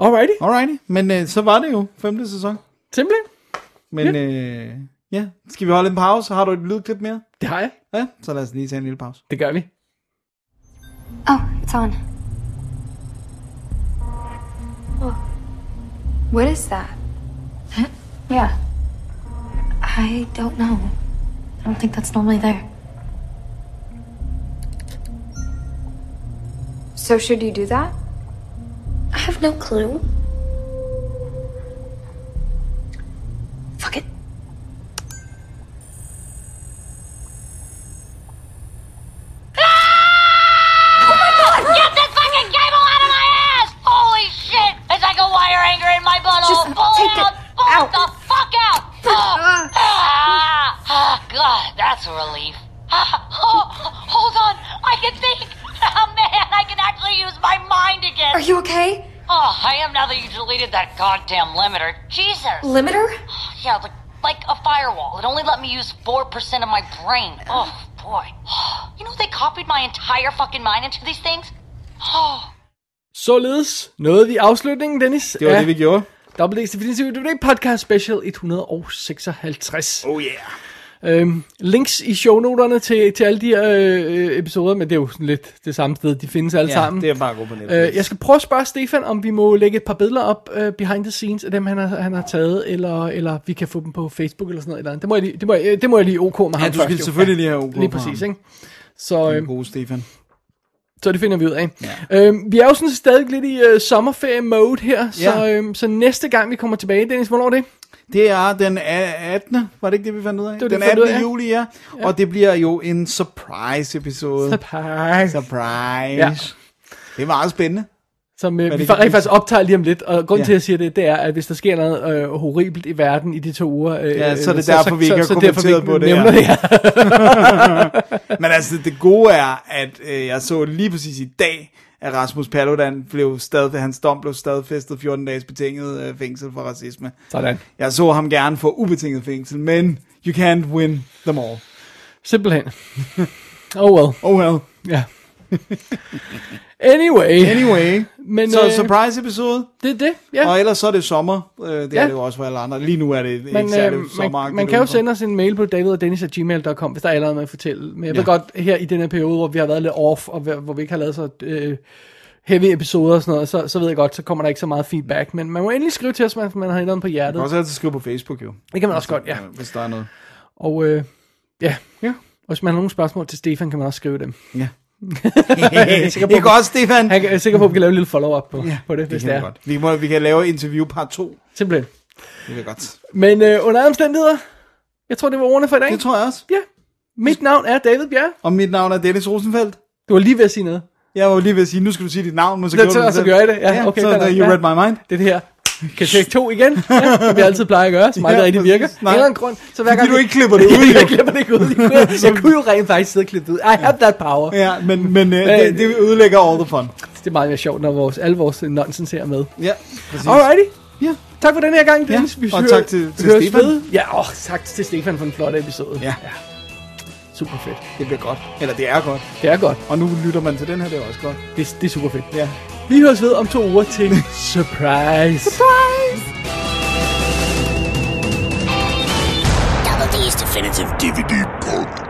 B: Alrighty,
C: alrighty. Men øh, så var det jo femte sæson.
B: simpelthen.
C: Men ja. Øh, ja, skal vi holde en pause? Har du et lydklip mere?
B: Det har jeg.
C: Ja, så lad os lige tage en lille pause.
B: Det gør vi.
I: Oh, it's on.
H: Oh. What
I: (laughs)
H: is that? yeah.
I: I don't know. I don't think that's normally there.
H: So should you do that?
I: I have no clue. Fuck it.
J: Oh Get the fucking cable out of my ass! Holy shit! It's like a wire hanger in my butthole.
H: Just, uh,
J: pull
H: take
J: it out!
H: it
J: Pull
H: out.
J: the fuck
H: (laughs)
J: out! Ah, ah, ah, God, that's a relief. Ah, oh, hold on, I can think. (laughs) Oh man, I can actually use my mind
H: Are
J: again.
H: you okay?
J: Oh, I am now that you deleted that goddamn limiter. Jesus.
H: Limiter?
J: Yeah, like, like a firewall. It only let me use 4% of my brain. Oh, boy. (sighs) You know, they copied my entire fucking mind into these things? (sighs) Oh.
B: Således nåede vi afslutningen, Dennis.
C: Det var
B: af
C: ja. det, vi gjorde.
B: Double D's Definitive DVD Podcast Special 156. Oh yeah. Øhm, links i shownoterne til, til alle de her øh, episoder, men det er jo sådan lidt det samme sted, de findes alle
C: Ja,
B: sammen.
C: det er bare at gå på nettet.
B: Øh, jeg skal prøve at spørge Stefan, om vi må lægge et par billeder op øh, behind the scenes af dem, han har, han har taget, eller, eller vi kan få dem på Facebook eller sådan noget. Eller andet. Det, må jeg lige, det, må jeg, øh, det må jeg lige OK med ham
C: Ja, du
B: først,
C: skal
B: jo.
C: selvfølgelig lige have OK
B: Lige
C: på
B: præcis,
C: ham.
B: ikke? Så
C: Den
B: øh,
C: gode Stefan.
B: Så det finder vi ud af. Ja. Øhm, vi er jo sådan stadig lidt i øh, sommerferie-mode her, ja. så, øhm, så næste gang vi kommer tilbage, Dennis, hvornår er det?
C: Det er den a- 18. Var det ikke det, vi fandt ud af?
B: var det,
C: den
B: vi fandt ud
C: 18.
B: af.
C: juli, ja. ja. Og det bliver jo en surprise-episode.
B: (laughs) Surprise.
C: Surprise.
B: Ja.
C: Ja. Det er meget spændende.
B: Som øh,
C: det
B: vi
C: kan
B: fa- rent
C: blive-
B: faktisk optager lige om lidt, og grunden
C: Ja.
B: til, at jeg siger det, det er, at hvis der sker noget øh, horribelt i verden i de to uger... Øh,
C: Ja, så er
B: øh,
C: det derfor, vi ikke har
B: så derfor, vi
C: kommenteret på det.
B: nævner det,
C: (laughs)
B: ja.
C: Men altså, det gode er, at øh, jeg så lige præcis i dag, at Rasmus Paludan blev stadig, hans dom blev stadfæstet 14 dages betinget øh, fængsel for racisme.
B: Sådan.
C: Jeg så ham gerne få ubetinget fængsel, men you can't win them all.
B: Simpelthen. (laughs) Oh well.
C: Oh well. (laughs)
B: Ja. Anyway.
C: Anyway.
B: Men,
C: så
B: øh,
C: surprise episode.
B: Det er det, ja.
C: Og ellers så er det sommer. Øh, det
B: Ja.
C: er det jo også for alle andre. Lige nu er det ikke
B: Men,
C: særlig
B: øh, man,
C: sommeragtigt
B: man kan jo
C: udenfor.
B: sende os en mail på davidodennis.gmail.com, hvis der er allerede noget at fortælle. Men jeg ja. ved
C: Ja.
B: godt, her i den her periode, hvor vi har været lidt off, og hvor hvor vi ikke har lavet så øh, heavy episoder og sådan noget, så, så ved jeg godt, så kommer der ikke så meget feedback. Men man må endelig skrive til os, hvis man har et eller andet på
C: Man kan
B: hjertet.
C: også altid skrive på Facebook jo.
B: Det kan man også godt, ja.
C: øh, Hvis der er
B: (laughs)
C: noget.
B: Og øh, ja. ja. Og hvis man har nogle spørgsmål til Stefan, kan man også skrive dem.
C: Ja.
B: Jeg er sikker på,
C: det er godt, Stefan.
B: Han, jeg er sikker på, at vi kan lave en lille follow-up på, ja, på det,
C: Det
B: hvis
C: kan
B: det,
C: vi
B: er.
C: godt. Vi, må, vi kan lave interview part 2.
B: Simpelthen.
C: Det er godt.
B: Men øh, under alle omstændigheder, jeg tror, det var ordene for i dag.
C: Det tror jeg også.
B: Ja. Mit navn er David Bjerre.
C: Og mit navn er Dennis Rosenfeldt.
B: Du var lige ved at sige noget.
C: Jeg var jo lige ved at sige, nu skal du sige dit navn, men så
B: Det
C: gjorde
B: tør-
C: du
B: så
C: selv.
B: gør jeg det. Ja, okay,
C: så
B: fair
C: der,
B: nok.
C: you
B: Ja.
C: read my mind.
B: Det er det her. Kan jeg 2 igen? Ja, som vi altid plejer at gøre, som aldrig
C: Ja,
B: rigtig
C: præcis.
B: virker.
C: Nej.
B: Nej. Eller en grund. Så hver
C: Fordi
B: gang
C: du
B: vi-
C: ikke klipper det ud,
B: (laughs) Ja, jeg
C: jo.
B: klipper det ikke ud.
C: (laughs)
B: Jeg kunne- Jeg kunne jo rent faktisk sidde og klippe det ud. I have that power.
C: Ja, men, men øh, det, det ødelægger all the fun.
B: Det er meget mere sjovt, når vores, alle vores nonsens her er med.
C: Ja, præcis.
B: Alrighty.
C: Ja.
B: Tak for den her gang, Dennis.
C: Ja,
B: Vi
C: og
B: hører-
C: tak til- til
B: høres
C: Stefan.
B: ved. Ja, og tak til Stefan for en flot episode.
C: Ja.
B: Super fedt.
C: Det bliver godt. Eller det er godt.
B: Det er godt.
C: Og nu lytter man til den her, det er også godt.
B: Det, det er super fedt.
C: Ja.
B: Vi høres ved om to uger til (laughs) Surprise.
K: Double D's Definitive DVD Podcast.